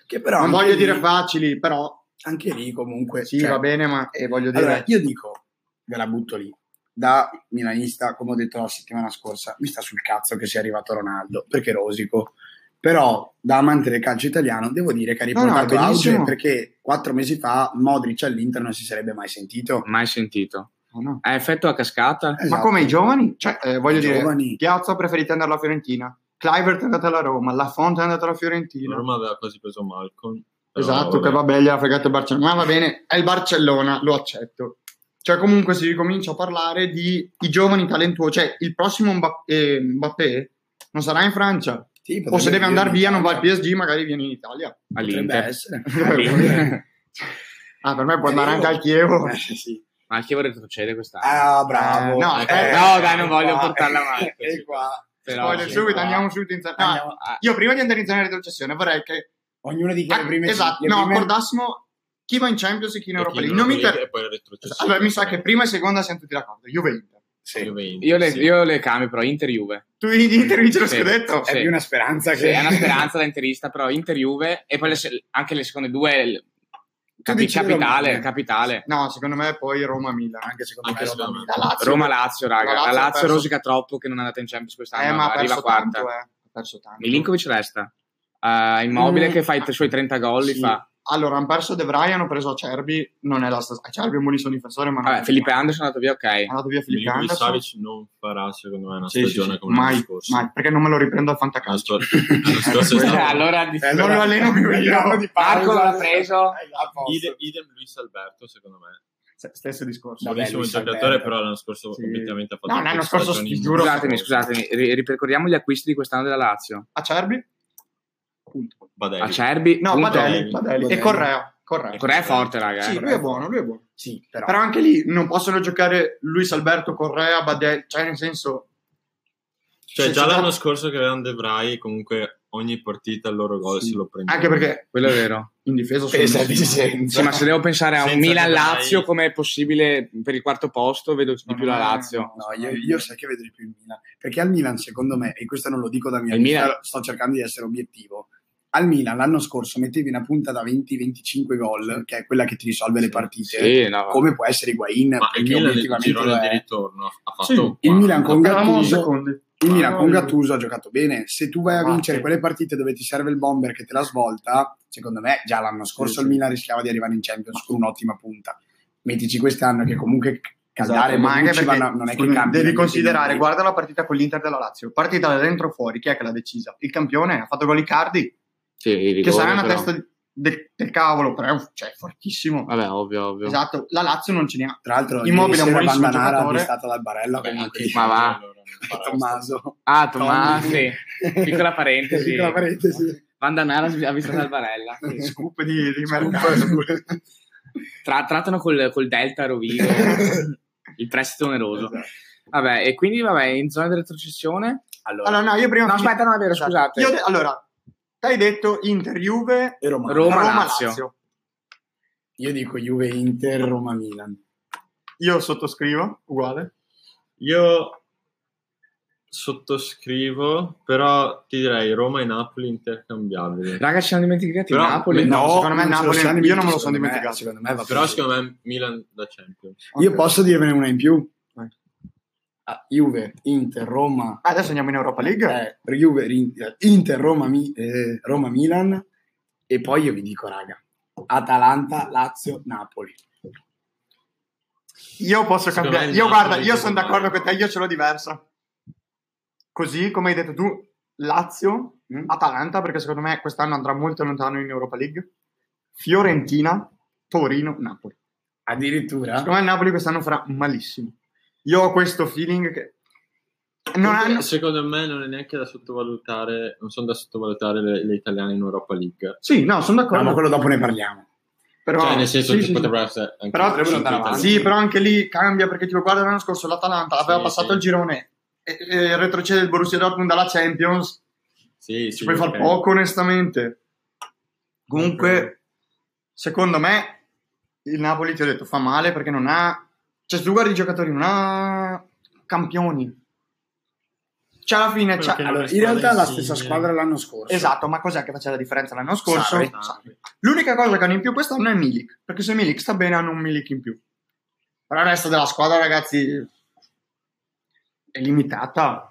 che però
non
anche
voglio
lì-
dire facili, però
Anche lì comunque...
sì,
cioè,
va bene, ma eh, voglio dire...
Allora, io dico, ve la butto lì, da milanista, come ho detto la settimana scorsa, mi sta sul cazzo che sia arrivato Ronaldo, perché rosico. Però, da amante del calcio italiano, devo dire che ha
No, no,
riportato
benissimo.
auge, perché quattro mesi fa Modric all'Inter non si sarebbe mai sentito.
Mai sentito.
No, no.
Ha effetto a cascata?
Ma
Esatto.
come i giovani? Cioè, eh, voglio
I
dire,
giovani.
Piazza preferite andare alla Fiorentina, Clivert è andata alla Roma, La Fonte è andata alla Fiorentina.
La Roma aveva quasi preso Malcolm. però
Esatto, che vabbè, gliela fregate il Barcellona. Ma va bene, è il Barcellona, lo accetto. Cioè, comunque si ricomincia a parlare di i giovani talentuosi. Cioè, il prossimo Mba- eh, Mbappé non sarà in Francia.
Sì,
O
potrebbe
se deve
venire
andare
in
via, non va al
Italia.
PSG, magari viene
<laughs>
in Italia.
Potrebbe
All'Inter.
<laughs>
essere.
All'Inter.
Ah, per me può andare anche al Chievo.
Eh, sì.
Ma anche vorrei retrocedere quest'anno.
Ah, bravo.
Eh, no, eh,
no, dai, non voglio
qua.
portarla avanti.
E qua.
Però
Voglio
sì,
subito,
qua.
andiamo subito in zona. ah,
Andiamo-
Io prima di andare in zona di retrocessione vorrei che...
Ognuno di che le
Ah,
prime...
esatto,
le
no,
prime-
accordassimo chi va in Champions e chi in
E
Europa
chi in
League. Non mi
Europa League
inter-
e poi la retrocessione.
Allora, mi sa che prima e seconda siamo tutti d'accordo. Juve e Inter.
Sì.
Juventus,
Io le,
sì.
io le cambio, però Inter-Juve.
Tu Inter vince lo
Sì.
scudetto?
È
Sì.
più una speranza
Sì,
che...
è una speranza da interista, però Inter-Juve e poi le se- anche le seconde due il- capi-
dici
capitale,
Roma.
capitale.
No, secondo me poi Roma-Milan.
<laughs> anche secondo
Anche
me
secondo
Roma-
me.
La Lazio.
Roma-Lazio, raga.
La
La
Lazio
Lazio,
ha perso-
rosica troppo che non è andata in Champions quest'anno,
Eh, ma ha
arriva
perso
quarta.
tanto, eh. Ha perso tanto.
Milinkovic resta. Eh, immobile
Mm.
che fa i t- suoi 30 gol, li
Sì.
fa.
Allora, hanno perso De Vrij, hanno preso Acerbi. Non è la stessa... Acerbi è un buonissimo difensore, ma non...
Vabbè, Felipe Anderson è andato via,
È
ok.
andato via Felipe
Milinkovic
Anderson.
Savic non farà, secondo me, una
Sì, sì,
stagione
sì.
come l'anno
Mai,
scorso.
mai. Perché non me lo riprendo al
L'anno
fantacalcio.
scorso- l'anno
<laughs>
scorso è
Cioè,
stato...
allora di-
Eh,
Non lo alleno
<laughs>
più io.
Andiamo di pausa.
Marco l'ha
<laughs>
preso.
Eh, a posto.
Idem, idem Luis Alberto, secondo me.
S- Stesso discorso.
Vabbè,
Buonissimo
Luis
giocatore,
Alberto.
però l'anno scorso
Sì.
completamente ha fatto...
No, l'anno
due
scorso,
stagioni
ti giuro,
Scusatemi,
mostruose.
scusatemi, ri- ripercorriamo gli acquisti di quest'anno della Lazio.
Acerbi? Punto.
Badelli.
Acerbi,
No,
punto.
Badelli,
Badelli.
Badelli. E
Badelli.
Correa. Correa.
Correa è forte, raga. eh.
Sì, lui è buono, lui è buono.
Sì, però,
Però anche lì non possono giocare Luis Alberto, Correa, Badelli, cioè nel senso...
Cioè,
se
già
ci
l'anno
dà-
scorso che avevano De Vrij, comunque ogni partita il loro gol se lo prendeva.
Anche perché
Quello è vero.
in difesa sono...
pesa di senso.
Sì, ma se devo pensare a un
Senza
Milan-Lazio
Dai.
come è possibile per il quarto posto, vedo di più la Lazio.
No, io, io sai che vedrei più il Milan. Perché al Milan, secondo me, e questo non lo dico da mia
Il Milan-
sto- sto cercando di essere obiettivo. Al Milan l'anno scorso mettevi una punta da 20-25 gol, che è quella che ti risolve le partite,
Sì, no.
come può essere Higuain,
Ma il
perché
Milan nel
obiettivamente lo
girone di
è.
ritorno ha fatto...
Sì, il
Il Milan con
Eravamo
Gattuso
secondi.
Il Milan
Ah,
con
no, io-
Gattuso ha giocato bene. Se tu vai a
Ah,
vincere
sì.
quelle partite dove ti serve il bomber che te la svolta, secondo me già l'anno scorso il Milan rischiava di arrivare in Champions con un'ottima punta. Mettici quest'anno che comunque Caldare
Esatto,
e
ma anche perché
non è che
scusami,
cambia.
devi considerare, guarda la partita con l'Inter della Lazio, partita da dentro fuori, chi è che l'ha decisa? Il campione, ha fatto gol Icardi,
Sì, i rigori,
che sarà una
però.
testa di- del, del cavolo, però è un- cioè, è fortissimo.
Vabbè, ovvio, ovvio.
Esatto, la Lazio non ce ne ha.
Tra l'altro,
Immobile
immobile
è un
ieri sera
buonissimo
Bandanara
giocatore.
è stata dal Barella
Vabbè,
comunque. <laughs>
anche-
Ma va.
allora, non farà
Tommaso.
Ah, Tommaso,
Tommy.
sì. Piccola parentesi.
Piccola parentesi.
Vandanara ha visto Salvarella. Sì.
Scoop di, di
Scoop.
<laughs>
mercato.
Tra- trattano col, col
<laughs>
Delta Rovigo, il prestito oneroso.
Esatto.
Vabbè, e quindi vabbè, in zona di retrocessione...
Allora,
Allora, no, io prima... Esatto.
No, aspetta, no, è vero, scusate.
Io de- allora, ti hai detto Inter, Juve,
e Roma.
Roma-
Roma-Lazio.
Lazio.
Io dico Juve Inter, Roma Milan.
Io sottoscrivo, uguale.
Io sottoscrivo, però ti direi Roma e Napoli intercambiabili.
Raga, ci siamo dimenticati
Però-
Napoli.
no,
secondo
non
me
ce lo
Napoli.
siamo
io non me
dimenticati,
lo sono
secondo me-
dimenticato.
Secondo me va
Però
bene.
secondo me Milan da Champions.
Io posso dirvene una in più?
Vai.
Eh. Ah, Juve, Inter, Roma,
Ah, adesso andiamo in Europa League.
eh, Juve, Rin- eh, Inter, Roma, Mi- eh, Roma, Milan e poi io vi dico raga, Atalanta, Lazio, Napoli.
Io posso
Secondo
cambiare.
me il
Io
Napoli
guarda, io
secondo
sono
me.
d'accordo con te, io ce l'ho diversa. Così come hai detto tu, Lazio,
Mm?
Atalanta, perché secondo me quest'anno andrà molto lontano in Europa League. Fiorentina, Torino, Napoli.
Addirittura?
Secondo me il Napoli quest'anno farà malissimo. Io ho questo feeling che non hanno
Secondo me non è neanche da sottovalutare, non sono da sottovalutare le, le italiane in Europa League.
Sì, no, sono
No,
d'accordo.
ma quello dopo ne parliamo.
Però
cioè, nel senso
sì,
che
sì, sì.
potrebbero essere anche
Però-
cinque
Potrebbero andare
italiane.
Sì, però anche lì cambia perché tipo guarda l'anno scorso l'Atalanta aveva
Sì,
passato
sì.
il girone e, e retrocede il Borussia Dortmund alla Champions.
Sì, sì,
ci puoi far
ok.
poco onestamente comunque
Ok.
secondo me il Napoli ti ho detto fa male perché non ha cioè se tu guardi i giocatori non ha campioni cioè alla fine
Quello
c'ha-
che-
Allora, in
squadra
realtà è la
insigne.
stessa squadra l'anno scorso.
esatto ma cos'è che faceva la differenza l'anno scorso?
Sarri.
Sarri. l'unica cosa che hanno in più quest'anno è Milik perché se Milik sta bene hanno un Milik in più però il resto della squadra ragazzi è limitata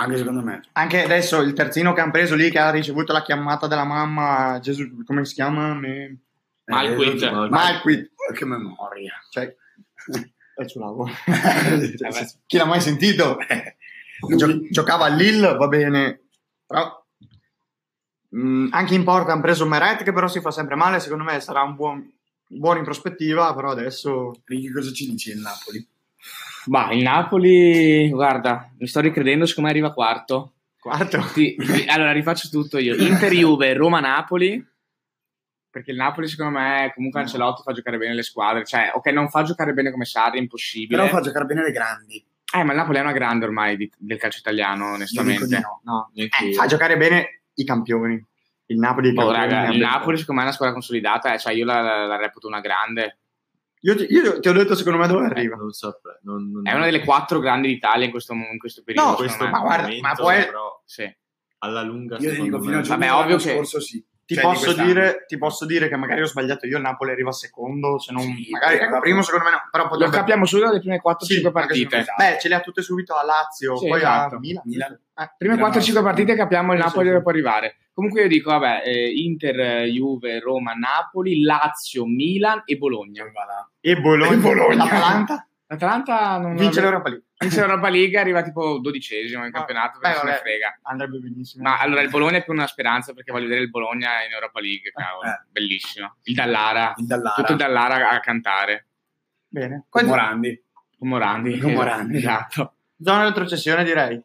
Anche secondo me.
anche adesso il terzino che hanno preso lì, che ha ricevuto la chiamata della mamma, Gesù, come si chiama? Me-
Malquid.
Eh,
Malquid.
Malquid.
Che memoria.
Cioè, è sul lavoro.
Vabbè.
Chi l'ha mai sentito? <laughs> Gio- giocava a Lille, va bene. Però, mm, anche in porta hanno preso Meret, che però si fa sempre male. Secondo me sarà un buon, buono in prospettiva, però adesso...
Ricky, cosa ci dici il Napoli?
Ma il Napoli, guarda, mi sto ricredendo, siccome arriva quarto.
Quarto.
Sì, sì, allora rifaccio tutto io. Inter Juve, Roma Napoli. Perché il Napoli, secondo me, comunque Ancelotti fa giocare bene le squadre. Cioè, ok, non fa giocare bene come Sarri, è impossibile.
Però fa giocare bene le grandi.
Eh, ma il Napoli è una grande ormai di- del calcio italiano,
Io dico di
onestamente.
no.
No.
Neanche
Eh,
io.
fa giocare bene i campioni. Il Napoli è
Oh,
campione.
raga, il
Io-
Napoli, secondo me, è una squadra consolidata. eh, cioè, io la, la- la reputo una grande.
Io, ti- io ti ho detto secondo me dove arriva.
Eh, Non saprei. Non, non-
È una delle quattro grandi d'Italia in questo, in questo periodo.
No,
secondo
questo
me.
ma guarda,
momento,
ma poi-
però,
Sì.
alla lunga
Io ti
secondo
dico
me-
fino a giugno
Vabbè,
dell'anno
ovvio che-
scorso sì.
Ti,
Cioè, di
posso
quest'anno.
dire, ti posso dire che magari ho sbagliato io, il Napoli arriva secondo, se non
Sì,
magari
però-
ecco, primo secondo me no, però
Lo
potrebbe...
capiamo solo dalle prime 4-5
Sì, anche
partite.
secondo me. Beh, ce le ha tutte subito a Lazio,
Sì,
poi
esatto.
a Milan.
Milan.
Eh,
Prime
Milan,
4-5 partite capiamo il
Sì,
Napoli
sì.
dove può arrivare. Comunque io dico, vabbè, eh, Inter, eh, Juve, Roma, Napoli, Lazio, Milan e Bologna.
e Bologna.
E Bologna.
L'Atalanta
L'Atalanta non
vince l'Europa League. <laughs>
vince l'Europa League, arriva tipo dodicesimo in
Ma-
campionato,
beh,
perché se ne
vabbè.
frega.
Andrebbe benissimo.
Ma allora il Bologna è più una speranza perché voglio vedere il Bologna in Europa League, cavolo,
eh.
bellissimo. Il Dallara,
Il Dallara.
tutto il Dallara a cantare,
Bene.
Con
Poi
Morandi.
con Morandi.
Con Morandi.
Esatto.
zona retrocessione direi.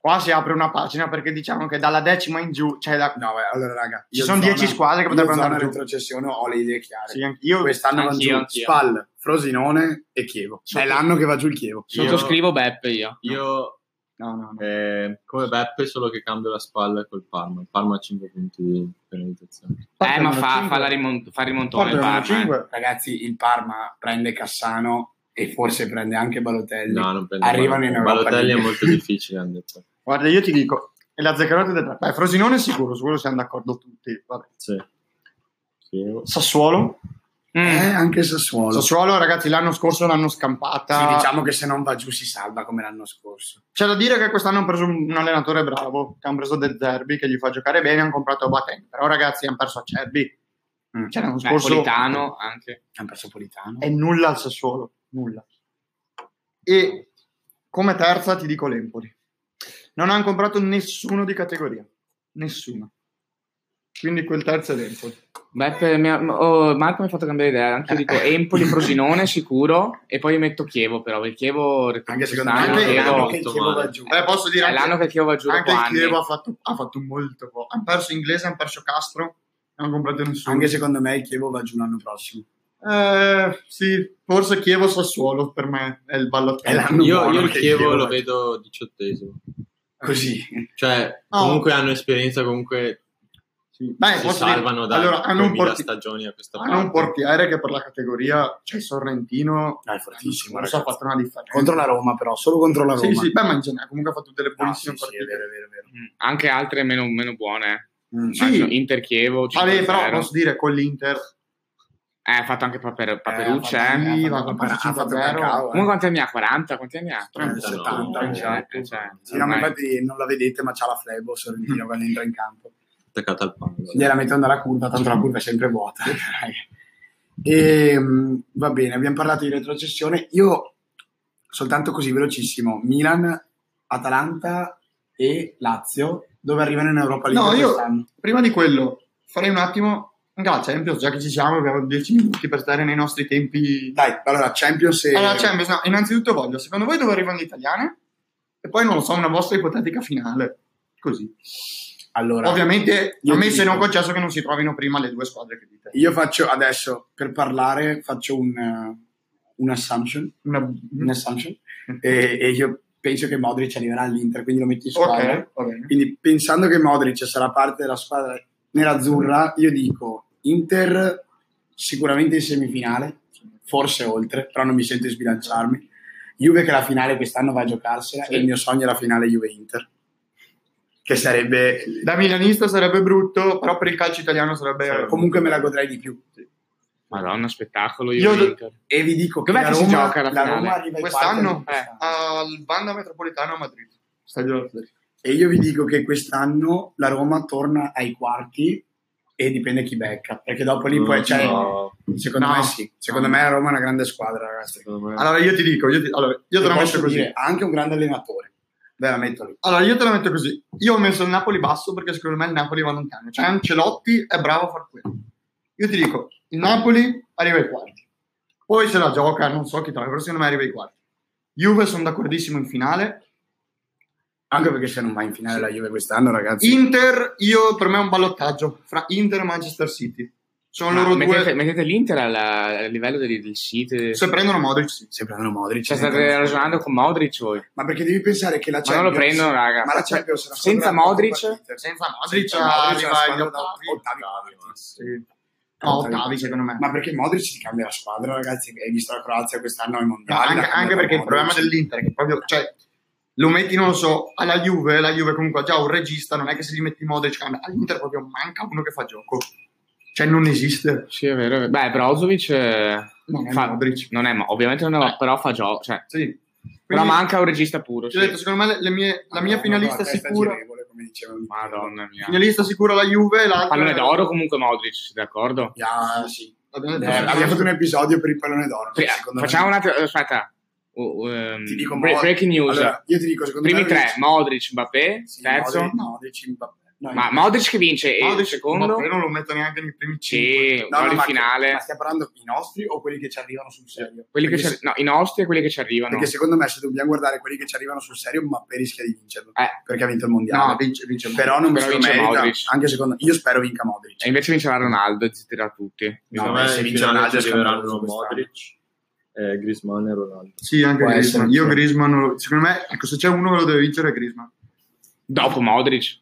Qua si apre una pagina perché diciamo che dalla decima in giù, cioè da...
No, beh, allora raga.
Ci
io
sono
zona-
10 squadre
io
che potrebbero andare
zona
giù.
retrocessione, ho le idee chiare.
Sì, anche- io
Quest'anno va
Anch'io,
giù
anch'io.
Spal, Frosinone e Chievo.
Sotto-
È l'anno che va giù il Chievo.
Io-
Sottoscrivo Beppe io.
Io,
No, no, no.
eh, come Beppe, solo che cambio la spalla col Parma. Il Parma ha 5 punti di penalizzazione.
Eh, ma
Porta
fa,
numero
fa,
cinque.
la rimont- fa il rimontone
Porta
il
numero
Parma. eh.
cinque.
Ragazzi, il Parma prende Cassano e forse prende anche Balotelli.
No, non prendo
Arrivano in
Balotelli.
Europa
Balotelli è
League.
molto difficile, hanno detto.
Guarda, io ti dico, e la Zaccarota del... Beh, Frosinone è sicuro, su quello siamo d'accordo tutti. Vabbè.
Sì. Chievo.
Sassuolo.
Eh,
Mm.
anche Sassuolo.
Sassuolo, ragazzi, l'anno scorso l'hanno
Sì,
scampata.
diciamo che se non va giù si salva come l'anno scorso.
C'è da dire che quest'anno hanno preso un un allenatore bravo, che hanno preso De Zerbi, che gli fa giocare bene, hanno comprato Bateng. Però, ragazzi, hanno perso Acerbi.
Mm.
Cioè, l'anno
Eh,
scorso
Politano anche.
Hanno perso Politano.
è nulla al Sassuolo, nulla. E come terza ti dico l'Empoli. Non hanno comprato nessuno di categoria, nessuno. Quindi quel terzo è l'Empoli.
Beppe, mi ha- oh, Marco mi ha fatto cambiare idea. Anche
<laughs>
io dico Empoli, Frosinone sicuro. E poi metto Chievo, però. Perché Chievo.
Anche secondo me
quest'anno,
anche-
anche
Chievo-
l'anno
molto
che il Chievo
male.
va giù.
Beh, Eh, posso dire
è
anche-
l'anno che Chievo va giù dopo
anche il
anni.
Chievo ha fatto, ha fatto molto poco. Hanno perso inglese, hanno perso Castro, non hanno comprato nessuno.
Anche secondo me il Chievo va giù l'anno prossimo.
Eh, sì, forse Chievo Sassuolo per me è il
È
ballottaggio.
l'anno
Io,
buono
io il
che
Chievo
Chievo
lo
va-
vedo diciottesimo.
Così.
Cioè,
Oh.
comunque hanno esperienza, comunque
Beh,
si
posso dire-
salvano da
allora, hanno un
2000
porti-
stagioni a questa parte.
Hanno un portiere che per la categoria, cioè Sorrentino,
No, è Ah, fortissimo,
non so, ha
ragazzi.
fatto una differenza.
Contro la Roma, però, solo contro la Roma.
Sì, sì, beh, ma in generale comunque ha fatto delle
Ah,
buonissime
sì, sì, è
partite.
vero, è vero, è vero.
Anche altre meno, meno buone.
Mm.
Sì.
Anche Inter Chievo.
Vabbè, però
5-0.
posso dire con l'Inter,
Eh, ha fatto anche Paper-
Eh,
Paperuccia.
ha
Eh,
fatto-
Sì,
ha
va,
fatto-
va,
ha fatto
cinque a
per cavolo,
zero.
eh.
Comunque quanti anni ha? 40? Quanti anni ha?
30,
70,
no.
cioè.
Eh, cioè,
Sì, no, ma
ormai-
infatti non la vedete, ma c'ha la flebo Sorrentino quando entra in campo.
attaccata al palo.
Gliela mettono dalla curva, tanto la curva è sempre vuota. <laughs> e, mh, va bene, abbiamo parlato di retrocessione. Io, soltanto così, velocissimo, Milan, Atalanta e Lazio, dove arrivano in Europa League
No, io-
quest'anno?
prima di quello, farei un attimo un Champions, già che ci siamo, abbiamo 10 minuti per stare nei nostri tempi.
Dai, allora, Champions e...
Allora, Champions, no, innanzitutto voglio, secondo voi dove arrivano le italiane? E poi, non lo so, una vostra ipotetica finale. Così.
Allora,
Ovviamente,
io
a me
ti
se
dico-
non concesso che non si trovino prima le due squadre
<laughs>
che dite.
io faccio adesso, per parlare, faccio un, eh, un assumption,
Una...
un assumption e, e io penso che Modric arriverà all'Inter, quindi lo metti in squadra.
Ok, va bene.
Quindi pensando che Modric sarà parte della squadra nerazzurra, io dico Inter sicuramente in semifinale, forse oltre, però non mi sento di sbilanciarmi. Juve che la finale quest'anno va a giocarsela
Sì.
e il mio sogno è la finale Juve-Inter, che sarebbe...
Da milanista sarebbe brutto, però per il calcio italiano sarebbe...
Comunque me la godrei di più.
Madonna, spettacolo.
Io
Io,
do-
Inter.
E vi dico che
Dov'è
la
che si
Roma,
gioca la
la
finale?
Roma arriva ai
Quest'anno? Eh, ah.
quarti di quest'anno.
al Banda Metropolitano a Madrid. Stadio della Federica.
E io vi dico che quest'anno la Roma torna ai quarti e dipende chi becca, perché dopo lì poi c'è...
No,
Secondo
No.
me sì, secondo me la Roma è una grande squadra, ragazzi.
secondo me-
Allora io ti dico, io, ti- allora, io te
E
la
posso
metto così.
dire, ha anche un grande allenatore. Beh, la metto lì.
Allora io te la metto così. Io ho messo il Napoli basso perché secondo me il Napoli va lontano. Cioè Ancelotti è bravo a far quello. Io ti dico, il Napoli arriva ai quarti. Poi se la gioca, non so chi trova, però secondo me arriva ai quarti. Juve sono d'accordissimo in finale.
Anche perché se non va in finale la Juve quest'anno, ragazzi.
Inter, io per me è un ballottaggio fra Inter e Manchester City. Sono
Ma
loro
mettete,
due.
mettete l'Inter alla- al livello del, del City.
Se prendono Modric, sì.
Se prendono Modric.
Cioè,
eh,
state ragionando con Modric voi.
Ma perché devi pensare che la
Ma non
Champions...
lo prendono, raga. Cioè,
Ma la Champions è una
Senza
squadra
Modric?
troppo partita.
Senza
Modric
Modric
arriva
arriva agli
agli
ottavi.
ottavi.
Sì. No, ottavi secondo me.
Ma perché Modric si cambia la squadra, ragazzi? Hai visto la Croazia quest'anno ai
No,
mondiali?
anche,
l'ha
anche
cambiata
perché il
Modric.
problema dell'Inter è che proprio, cioè, lo metti, non lo so, alla Juve, la Juve comunque ha già un regista, non è che se gli metti Modric cambia. all'Inter proprio manca uno che fa gioco. Cioè, non esiste.
Sì, è vero. Beh, Brozovic eh,
Non è
fa-
Modric.
non è, mo- ovviamente non è, mo- però fa gioco. Cioè,
Sì. Quindi,
però manca un regista puro.
ti ho
sì.
detto, secondo me le- le mie- la mia
Madonna,
finalista
testa
sicura,
girevole, come diceva il-
Madonna mia.
finalista sicura la Juve, l'altra
Pallone d'oro comunque Modric, siete d'accordo?
Ah, sì.
Abbiamo
Eh,
detto-
abbiamo fatto un episodio per il pallone d'oro.
Pri-
secondo me.
eh, Facciamo un attimo, aspetta. Uh, um,
Ti dico
bre-
Mod-
breaking news.
Allora, io ti dico, secondo
Primi
me...
tre, Modric, Mbappé,
Sì,
terzo.
Modric, no, dici Mbappé. No,
Ma
io-
Modric che vince e il
Modric,
secondo?
Mbappé non lo metto neanche nei primi cinque.
Sì,
No,
gol
no,
in
ma-
finale.
Ma stiamo parlando i nostri o quelli che ci arrivano sul serio?
Quelli che
perché,
ci- no, i nostri e quelli che ci arrivano.
perché secondo me se dobbiamo guardare quelli che ci arrivano sul serio, Mbappé rischia di vincerlo.
Eh.
Perché ha vinto il mondiale. Cioè,
No, vince, vince.
però non
Però
se lo
vince
merita.
Modric. Eh,
Anche secondo io spero vinca Modric.
E invece vincerà Ronaldo e zitterà tutti.
No,
Secondo
ma
me
se
in
vince
finale ci
Ronaldo è
arriveranno
scandaloso quest'anno.
Modric, eh, Griezmann e Ronaldo.
Sì, anche
Può
Griezmann.
essere,
Io
sì.
Griezmann, lo- secondo me, ecco, se c'è uno che lo deve vincere è Griezmann.
Dopo Modric.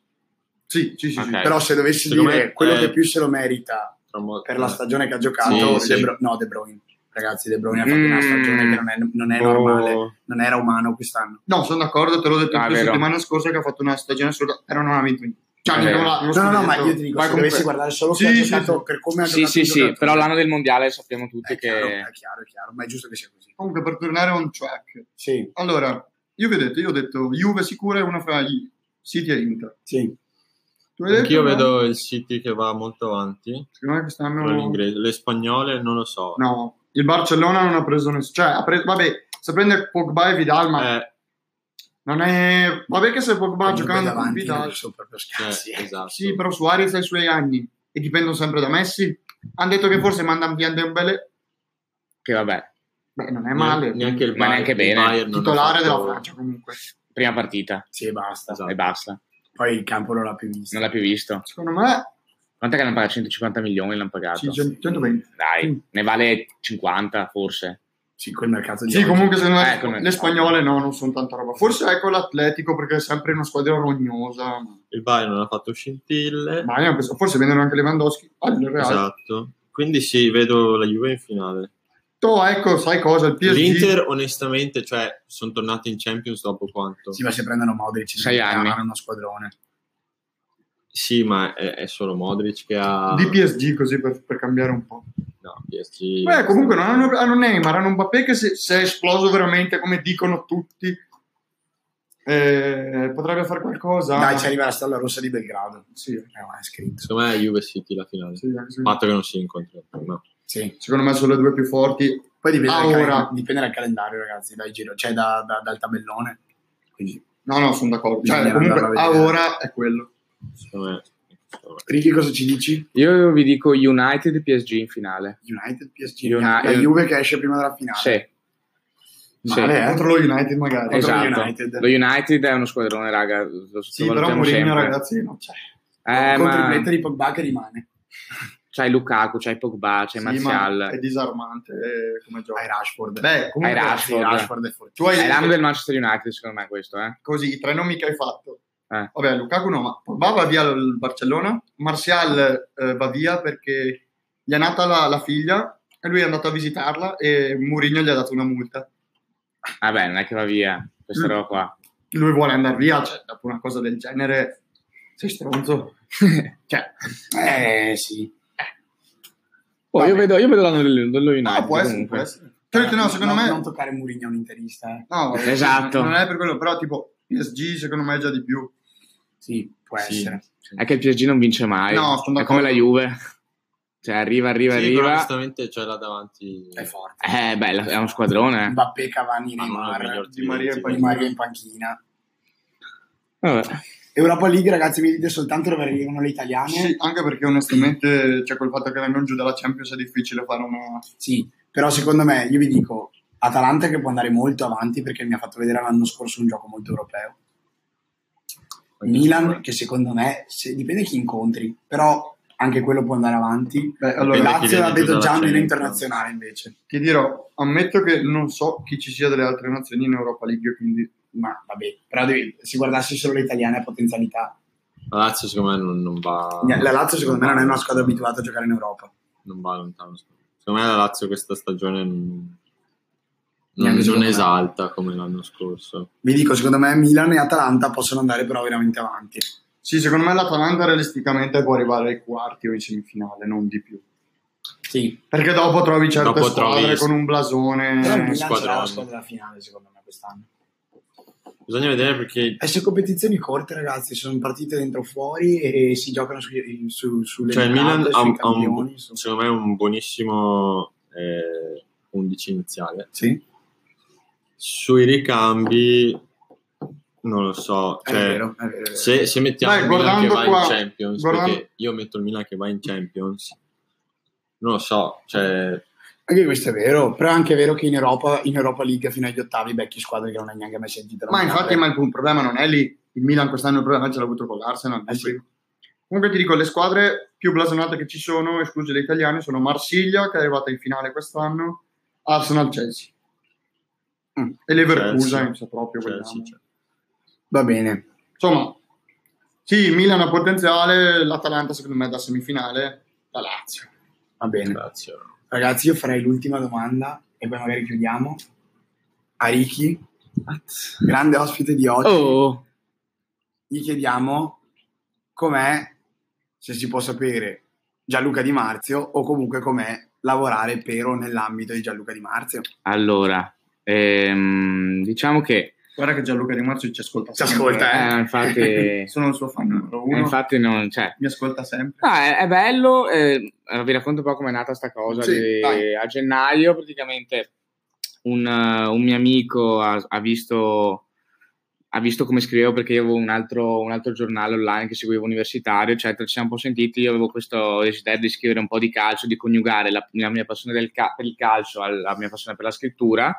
Sì, sì, sì. sì.
Ok.
Però se dovessi
Secondo
dire
me,
quello
eh,
che più se lo merita
Tra Mod-
per la stagione che ha giocato,
Sì, sì.
De Bru- no, De Bruyne. Ragazzi, De Bruyne ha fatto
Mm.
una stagione che non è, non è
Oh.
normale, non era umano quest'anno.
No, sono d'accordo, te l'ho detto
Ah,
anche la
vero.
settimana scorsa che ha fatto una stagione assurda, però non ha vinto niente. Cioè,
È
non
vero.
la-
No,
lo
no, no, ma
scudetto.
io ti dico,
Ma
se
comunque-
dovessi guardare solo
Sì,
che
sì,
ha giocato
sì.
per come ha
Sì,
giocato
sì,
il
sì,
giocatore.
però l'anno del mondiale sappiamo tutti
Eh,
è
che...
chiaro, è chiaro, è chiaro, ma è giusto che sia così.
Comunque, per tornare on track.
Sì,
Allora, io vi ho detto, io ho detto Juve sicura è una fra i City e Inter.
sì.
Tu hai detto,
Eh. Anch'io
no?
vedo il City che va molto avanti,
Secondo me
con
quest'anno...
l'inglese. Le spagnole non lo so.
No, il Barcellona non ha preso nessuno. Cioè, ha preso... Vabbè, se prende Pogba e Vidal, ma <laughs>
Eh,
non è... Vabbè che se Pogba
Comunque
giocando con
davanti
Vidal...
non sono proprio
eh,
scarsi. eh.
esatto.
Sì, però Suarez ha i suoi anni e dipendono sempre da Messi. Hanno detto che forse mandano via Dembele.
Che vabbè,
Beh, non è
Neanche-
male.
Neanche il
Ma
Bayern,
neanche
il
bene.
Bayern non ha
titolare
fatto-
della Francia comunque.
prima partita
Sì, basta.
Esatto.
e basta.
Poi il campo non l'ha più visto.
Non l'ha più visto.
Secondo me
Quant'è che l'hanno
Certo.
pagato? 150 milioni l'hanno pagato?
sì, cent- 120.
Dai, ne vale 50 forse.
Sì, quel mercato di
Sì,
oggi.
comunque secondo me
Eh, come-
le spagnole no, non sono tanta roba. Forse ecco l'Atletico perché è sempre una squadra rognosa.
Il Bayern non ha fatto scintille.
Ma io penso- forse vendono anche Lewandowski al Real.
Esatto. Quindi sì, vedo la Juve in finale.
To, ecco, sai cosa? Il PSG
L'Inter, onestamente, cioè, sono tornati in Champions dopo
Esatto.
quanto?
Sì, ma se prendono Modric, ci
Sei anni.
chiamano uno squadrone.
Sì, ma è, è solo Modric che ha...
di PSG così per, per cambiare un po'.
No, PSG...
Beh, comunque non hanno, hanno Neymar, hanno Mbappé che se, se è esploso veramente come dicono tutti eh, potrebbe fare qualcosa.
Dai, ci arriva la stella rossa di Belgrado.
Sì,
Eh, ma è scritto.
Secondo me è Juve City la finale.
sì, anche se-
Il fatto che non si incontrano. No.
Sì.
Secondo me sono le due più forti.
Poi dipende,
Ah,
dal, cal-
ora.
dipende dal calendario, ragazzi, dai giro, cioè da- da- dal tabellone. Quindi,
No, no, sono d'accordo. Cioè,
Bisogna
comunque
andarla a
a
vedere.
ora è quello.
Secondo me... secondo
Ricky, cosa ci dici?
Io vi dico United e PSG in finale.
United, PSG,
Uni-
la Juve che esce prima della finale.
Sì. Sì.
Male, eh?
Contro lo United magari.
Esatto.
Contro lo United.
Lo United è uno squadrone, raga. Lo
Sì, però
sottovalutiamo
Mourinho,
sempre.
ragazzi, no, cioè,
Eh,
Con
ma
tripletta di Pogba che rimane.
c'hai Lukaku, c'hai Pogba, c'hai
sì,
Martial.
ma è disarmante eh, come gioco.
Ai Rashford.
Beh,
Hai
comunque,
Rashford.
Sì, Rashford è forte.
tu hai
È l'anno del Manchester United, secondo me, questo, eh.
così i tre nomi che hai fatto.
Eh.
Vabbè, Lukaku no, ma Pogba va via al Barcellona, Martial eh, va via perché gli è nata la, la figlia e lui è andato a visitarla e Mourinho gli ha dato una multa.
Vabbè, non è che va via questa
Mm.
roba qua.
Lui vuole andare via, cioè, dopo una cosa del genere sei stronzo. cioè,
Eh, sì.
Oh,
Vabbè.
io, vedo, io vedo l'anno dello, dello United.
ah, può essere,
comunque.
può essere. Cioè, no, secondo
non,
me...
Non toccare Mourinho è un interista, eh.
no, vabbè,
Esatto.
Non è per quello, però tipo PSG secondo me è già di più.
Sì, può
Sì.
essere.
È che il PSG non vince mai.
No, sono
è come la
d'accordo.
Juve. Cioè, arriva, arriva,
me. Sì, però
arriva.
onestamente c'è là davanti...
È forte.
Eh, bello, è uno squadrone. eh.
Mbappé, Cavani,
Ah, no, è il
Neymar,
miglior
Di Maria
trio,
e poi
poi
sì.
Mario in panchina.
Vabbè.
Europa League, ragazzi, mi dite soltanto dove arrivano le italiane.
Sì, anche perché onestamente, cioè col fatto che vengono giù dalla Champions è difficile fare una...
Sì, però secondo me, io vi dico, Atalanta che può andare molto avanti perché mi ha fatto vedere l'anno scorso un gioco molto europeo. Milan che secondo me, se- dipende chi incontri, però anche quello può andare avanti.
Beh,
Dipende chi
Lazio la
viene giù
vedo
dalla
già meno
Champions.
internazionale invece,
Ti dirò, ammetto che non so chi ci sia delle altre nazioni in Europa League, quindi
ma vabbè, però devi, se guardassi solo le italiane a potenzialità.
La Lazio secondo me non, non va...
La Lazio secondo me non è una squadra
non-
abituata a giocare in Europa.
Non va lontano. Secondo me la Lazio questa stagione non, non-
Neanche secondo
non
me.
esalta come l'anno scorso.
Vi dico, secondo me Milan e Atalanta possono andare però veramente avanti.
sì, secondo me l'Atalanta realisticamente può arrivare ai quarti o in semifinale, non di più.
Sì,
Perché dopo trovi certe
Dopo
squadre
trovi-
con un blasone...
però il
Eh,
Milan sarà la
squadrone.
squadra della finale secondo me quest'anno.
Bisogna vedere perché
E se competizioni corte, ragazzi, sono partite dentro o fuori e si giocano su, su- sulle
cioè, il
giocate,
Milan ha,
sui
un- ha un-
campioni. su-
secondo me un buonissimo eh, 11 iniziale.
Sì,
Sui ricambi non lo so.
è
cioè,
vero, è vero.
se, se mettiamo
Beh,
il Milan che
guardando
va
qua-
in Champions,
guardando-
perché io metto il Milan che va in Champions, non lo so. Cioè,
Anche questo è vero, però è anche vero che in Europa, in Europa League fino agli ottavi vecchie squadre che non hai neanche mai sentito.
Ma
nominare.
infatti ma il il problema non è lì. Il Milan quest'anno il problema ce l'ha avuto con l'Arsenal.
Eh sì.
Comunque ti dico, le squadre più blasonate che ci sono, escluse le italiane, sono Marsiglia, che è arrivata in finale quest'anno, Arsenal-Chelsea.
Mm.
E
Chelsea.
l'Everkusen, se proprio
cioè,
vogliamo.
sì, cioè.
Va bene,
Insomma, sì, Milan ha potenziale, l'Atalanta secondo me è da semifinale, la Lazio.
va bene.
Lazio, no.
Ragazzi, io farei l'ultima domanda e poi magari chiudiamo. A Ricky, grande ospite di oggi,
Oh,
gli chiediamo com'è, se si può sapere, Gianluca Di Marzio o comunque com'è lavorare per o nell'ambito di Gianluca Di Marzio.
allora, ehm, diciamo che
Guarda che Gianluca Di Marzio ci ascolta
Ci
sempre.
ascolta, Eh,
eh, infatti,
Sono il suo fan numero <laughs> uno,
infatti non, cioè,
mi ascolta sempre.
No, è, è bello, eh, eh, vi racconto un po' com'è nata sta cosa.
Sì,
di-
dai.
a gennaio praticamente un, eh, un mio amico ha, ha visto, ha visto come scrivevo perché io avevo un altro, un altro giornale online che seguivo universitario, eccetera, ci siamo un po' sentiti, io avevo questo desiderio di scrivere un po' di calcio, di coniugare la, la mia passione del ca- per il calcio alla mia passione per la scrittura.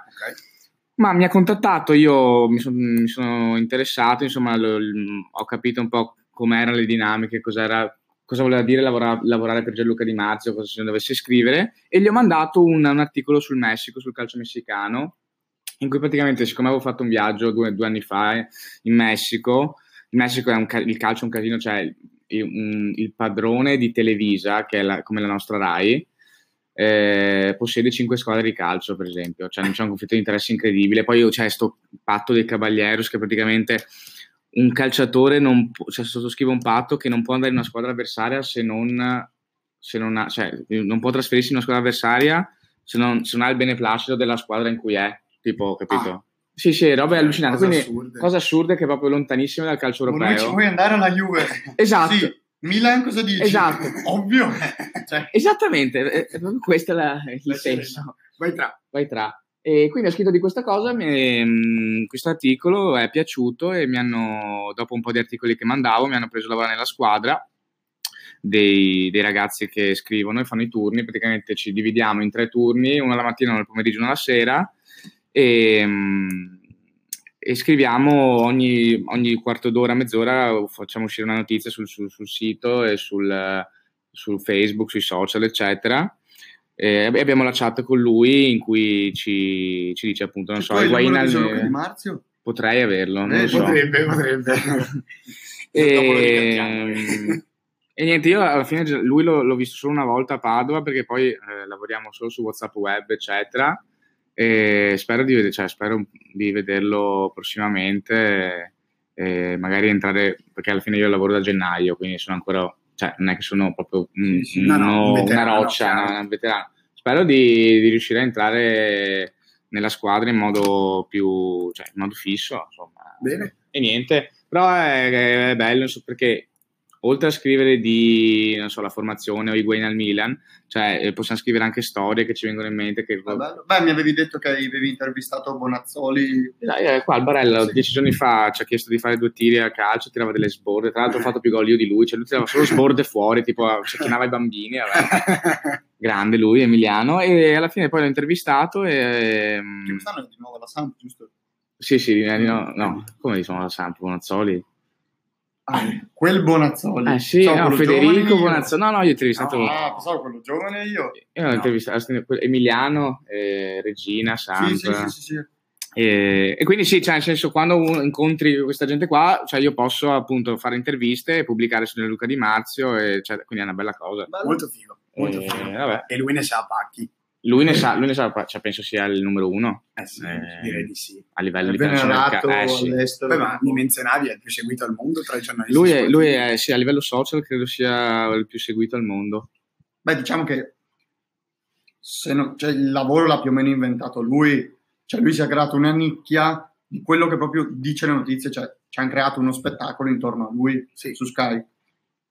Ma mi ha contattato, io mi, son- mi sono interessato, insomma, lo- l- ho capito un po' com'erano le dinamiche, cos'era cosa voleva dire lavora- lavorare per Gianluca Di Marzio, cosa se ne dovesse scrivere, e gli ho mandato un, un articolo sul Messico, sul calcio messicano, in cui praticamente, siccome avevo fatto un viaggio due, due anni fa in Messico, il Messico è un ca- il calcio è un casino, cioè il, un- il padrone di Televisa, che è la- come la nostra RAI, eh, possiede cinque squadre di calcio, per esempio, cioè non c'è un conflitto di interesse incredibile. Poi c'è questo patto dei Caballeros che praticamente un calciatore non può, cioè, sottoscrive un patto che non può andare in una squadra avversaria se non, se non ha, cioè, non può trasferirsi in una squadra avversaria se non, se non ha il beneplacito della squadra in cui è, tipo, capito?
Ah.
Sì, sì, roba allucinante.
Cose
Quindi,
assurde.
cosa assurda che è proprio lontanissima dal calcio
Ma
europeo.
Noi ci vuoi andare alla Juve?
<laughs> Esatto.
Sì. Milan cosa dici?
Esatto.
<laughs> Ovvio. Cioè,
Esattamente, è- è proprio questo è la- il
La
senso.
sirena. Vai tra.
Vai tra. E quindi ho scritto di questa cosa, mi- mh, questo articolo è piaciuto e mi hanno, dopo un po' di articoli che mandavo, mi hanno preso a lavorare nella squadra dei, dei ragazzi che scrivono e fanno i turni, praticamente ci dividiamo in tre turni, uno alla mattina, uno al pomeriggio, uno alla sera e, mh, e scriviamo ogni, ogni quarto d'ora, mezz'ora, facciamo uscire una notizia sul, sul- sul sito e sul, su Facebook, sui social, eccetera. Eh, E ab- abbiamo la chat con lui in cui ci, ci dice appunto, non
tu
so,
hai il numero di
Higuain al-
Gianluca Di Marzio?
potrei averlo, non lo
Eh,
so.
Potrebbe, <laughs> potrebbe. Dopo lo ricattiamo. <laughs>
E, Ehm, e niente, io alla fine lui l'ho, l'ho visto solo una volta a Padova perché poi eh, lavoriamo solo su WhatsApp web, eccetera. E spero di, vede- cioè, spero di vederlo prossimamente, eh, magari entrare perché alla fine io lavoro da gennaio, quindi sono ancora, cioè, non è che sono proprio mm,
sì, no, no,
uno-
un veterano,
una roccia,
chiaro.
no, un veterano. Spero di, di riuscire a entrare nella squadra in modo più cioè, in modo fisso, insomma
Bene.
e niente. Però è, è bello insomma, perché oltre a scrivere di non so, la formazione o Higuain al Milan, cioè, eh, possiamo scrivere anche storie che ci vengono in mente. Che...
Ah, bello. Beh, mi avevi detto che avevi intervistato Bonazzoli.
Dai, eh, qua al Barella
Sì.
dieci giorni fa ci ha chiesto di fare due tiri a calcio, tirava delle sborde, tra l'altro ho fatto più gol io di lui, cioè lui tirava solo sborde fuori, tipo cecchinava i bambini, vabbè. grande lui, Emiliano, e alla fine poi l'ho intervistato e... ehm,
Che quest'anno è di nuovo la Samp, giusto?
Sì, sì, eh, no, no, come diciamo la Samp, Bonazzoli?
Ah, quel Bonazzoli.
Eh sì,
Ciao,
no,
quello giovane
Federico
io.
Bonazzoli, no, no, io ho intervistato...
Ah, pensavo quello giovane io.
Io ho
No.
intervistato Emiliano, eh, Regina, Samp.
Sì, sì, sì, sì, sì.
E, e quindi sì, cioè, nel senso, quando un- incontri questa gente qua, cioè, io posso appunto fare interviste e pubblicare su Luca Di Marzio, e, cioè, quindi è una bella cosa.
<laughs>
Bello.
Molto figo. Molto
Eh,
figo.
vabbè.
E lui ne sa a pacchi.
Lui ne sa, lui ne sa cioè, penso sia il numero uno
Eh sì,
Eh.
direi di sì.
a livello di
venerato
calciomercato. Eh, sì.
all'estero.
Poi, ma mi menzionavi, è il più seguito al mondo tra i giornalisti.
Lui, è,
sportivi.
lui è- sì, a livello social credo sia il più seguito al mondo.
Beh, diciamo che se no- cioè, il lavoro l'ha più o meno inventato lui, cioè lui si è creato una nicchia di quello che proprio dice le notizie, cioè ci hanno creato uno spettacolo intorno a lui
Sì.
su Sky.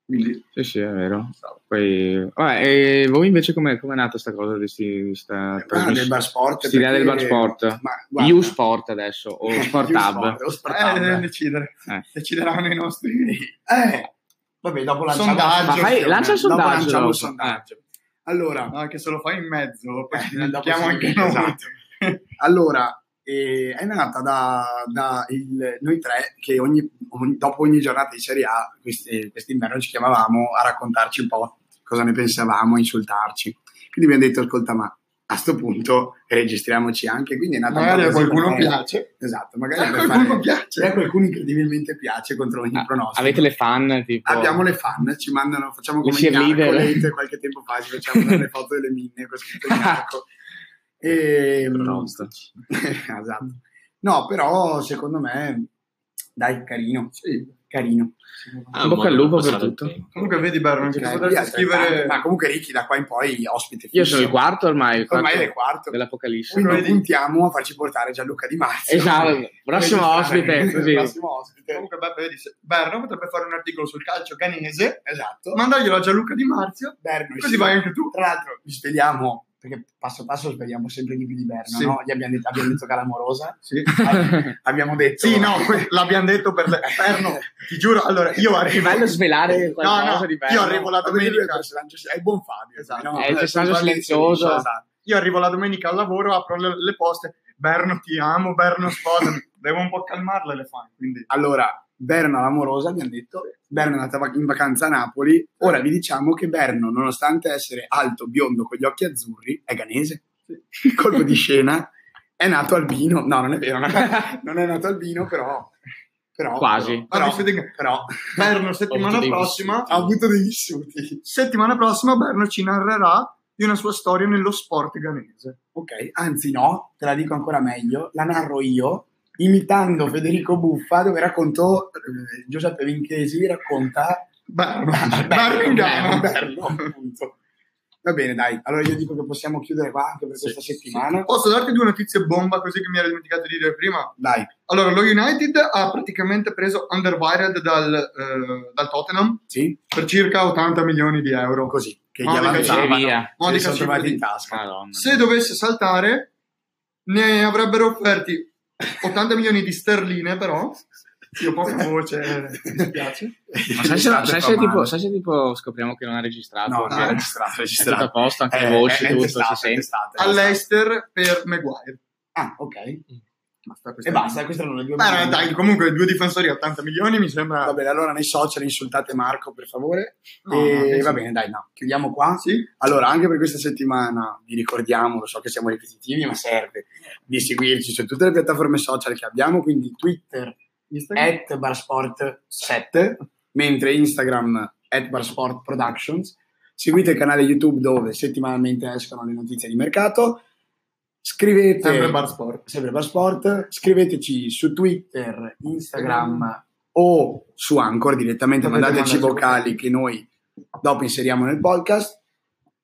Quindi,
Sì, sì, è vero. Poi, vabbè, e voi invece come è nata sta cosa di sti- di sta
Ah, del bar sport.
Sì,
perché-
del bar sport.
Ma, guarda, <laughs>
U Sport adesso, o
<laughs>
Sport
U
Hub.
Sport, o Sport
eh, deve
Hub.
decidere,
Eh.
decideranno i nostri.
Eh, vabbè, dopo lanciamo
Sondaggio.
Ma fai- lancia il
Dopo
sondaggio,
lanciamo il
dopo.
sondaggio. Allora,
No, Ah, che se lo fai in mezzo, poi
Eh,
ci dimentichiamo
dopo si-
anche noi.
esatto. allora eh, è nata da, da il- noi tre che ogni- ogni- dopo ogni giornata di Serie A, questi- quest'inverno ci chiamavamo a raccontarci un po' cosa ne pensavamo, a insultarci. Quindi abbiamo detto, ascolta, ma a sto punto registriamoci anche. Quindi è nata un
Magari
po'
a
così
qualcuno
per fare-
piace.
Esatto,
A
magari per
Eh, qualcuno
fare-
piace.
se a qualcuno incredibilmente piace contro ogni
Ah,
pronostico.
Avete le fan tipo...
Abbiamo le fan, ci mandano, facciamo
Le
come in
cheerleader.
Calcolate, qualche tempo fa ci facciamo delle foto delle minne con scritto
<laughs>
Iacco. E, Ehm, <laughs> esatto. No, però secondo me, dai, carino, carino.
Ah,
In
modo
bocca al lupo
per
per
passare il
tutto.
tempo.
Comunque vedi Baron,
Ci
che
sono
potresti
altri
scrivere...
tanti, Ma comunque Ricky da qua in poi ospite
Io
fisso.
sono il quarto ormai, il
Ormai
quarto
è il quarto.
dell'Apocalisse.
Quindi
Vedi.
puntiamo a farci portare Gianluca Di Marzio.
Esatto, prossimo
Registrare.
ospite. così.
Prossimo ospite.
Comunque Beppe vedi, se- Berno potrebbe fare un articolo sul calcio canese,
Esatto.
mandarglielo a Gianluca Di Marzio,
Berno,
così
sì.
vai anche tu.
Tra l'altro, vi svegliamo perché passo passo svegliamo sempre di più di Berna,
Sì.
no? Gli abbiamo detto, abbiamo detto <laughs> Calamorosa,
<laughs> Sì,
abbiamo detto...
no, <laughs> que- l'abbiamo detto per le- Berno, ti giuro, allora io
Che
arrivo...
bello svelare qualcosa
No, no,
di
io
bello.
arrivo la
la domenica
domenica,
il personaggio è il buon Fabio,
Esatto.
È il personaggio
Fabio
silenzioso.
esatto.
io arrivo la domenica al lavoro, apro le, le poste, Berno ti amo, Berno sposami, devo un po' calmarle le fan, quindi...
Allora, Berna l'amorosa, abbiamo detto, Berna è andata vac- in vacanza a Napoli, ora vi diciamo che Berno, nonostante essere alto, biondo, con gli occhi azzurri, è ganese. Colpo di scena, è nato albino, no non è vero, non è, non è nato albino, però... però
Quasi.
Però,
Ho visto
però,
dei- Berno settimana
Ho avuto dei
prossima
ha avuto dei vissuti.
settimana prossima Berno ci narrerà di una sua storia nello sport ganese
Ok, anzi no, te la dico ancora meglio, la narro io, imitando Federico Buffa, dove raccontò eh, Giuseppe Vinchesi, racconta
Berno,
Ah,
Berno in Ghana
Berno, appunto. Va bene, dai, allora io dico che possiamo chiudere qua anche per
Sì,
questa
sì.
settimana.
posso darti due notizie bomba così che mi ero dimenticato di dire prima
Dai,
allora lo United ha praticamente preso Underwired dal, eh, dal Tottenham
sì,
per circa 80 milioni di euro
così, che gli
No, dica
E
avanzavano,
via. Ah.
se li
Modica
sono
cifra
trovati
di-
in tasca. <laughs>
Madonna.
se dovesse saltare ne avrebbero offerti 80 milioni di sterline però io
<laughs>
poca voce mi dispiace
Ma sai se, sai se tipo, sai se tipo scopriamo che non ha registrato?
No,
Che
no, è registrato, è
è tutto a
registrato.
posto, anche le
Eh,
voci,
è
tutto,
testato,
si
è
sente.
testato, è testato.
all'Ester per Maguire
Ah, ok.
basta questa
E basta, queste erano le due
Beh,
domande.
dai, comunque due difensori a 80 milioni mi
Va
sembra
bene, allora nei social insultate Marco, per favore.
No,
e
no,
va
sì.
bene, dai, no, chiudiamo qua.
sì.
Allora, anche per questa settimana vi ricordiamo, lo so che siamo ripetitivi, ma serve di seguirci su tutte le piattaforme social che abbiamo, quindi Twitter,
Instagram.
at barsport7, mentre Instagram at barsportproductions. Seguite il canale YouTube dove settimanalmente escono le notizie di mercato. Scrivete
sempre Bar Sport.
sempre per sport. Scriveteci su Twitter, Instagram o su Anchor direttamente.
Potete
Mandateci
mandarci
vocali che noi dopo inseriamo nel podcast.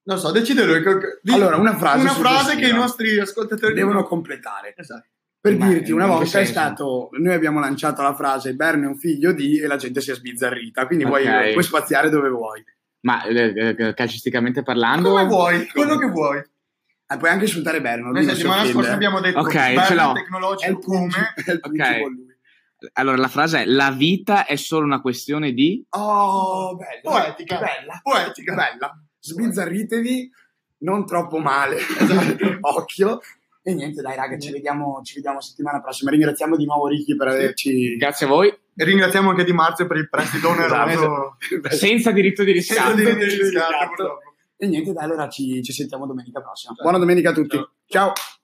Non so, decide lui. che- di-
Allora, una frase
una frase
suggestiva.
che i nostri ascoltatori
Devono completare.
Esatto.
Per
Ma
dirti,
in
una
che
volta è
senso?
stato. Noi abbiamo lanciato la frase Berne è un figlio di e la gente si è sbizzarrita. Quindi puoi-
Ok.
puoi, spaziare dove vuoi.
Ma eh, eh, calcisticamente parlando...
Come vuoi, quello che vuoi.
E Ah, puoi anche insultare Berne. lui
Noi
non si
settimana
offende,
scorsa
eh.
abbiamo detto
Ok,
sbaglio
ce l'ho.
È il
tecnologico
punto.
come
È il punto
Ok.
con lui.
Allora, la frase è la vita è solo una questione di...
Oh, bella.
Poetica.
Bella.
poetica.
bella. Sbizzarritevi, non troppo male.
Esatto.
<laughs> Occhio. E niente, dai, raga, ci vediamo, ci vediamo settimana prossima. Ringraziamo di nuovo Ricky per averci.
Grazie a voi,
E ringraziamo anche Di Marzio per il prestito oneroso.
<laughs>
senza diritto di riscatto.
Senza diritto di
Esatto.
riscatto, purtroppo.
E niente, dai, allora ci, ci sentiamo domenica prossima. Buona domenica a tutti. Esatto. Ciao.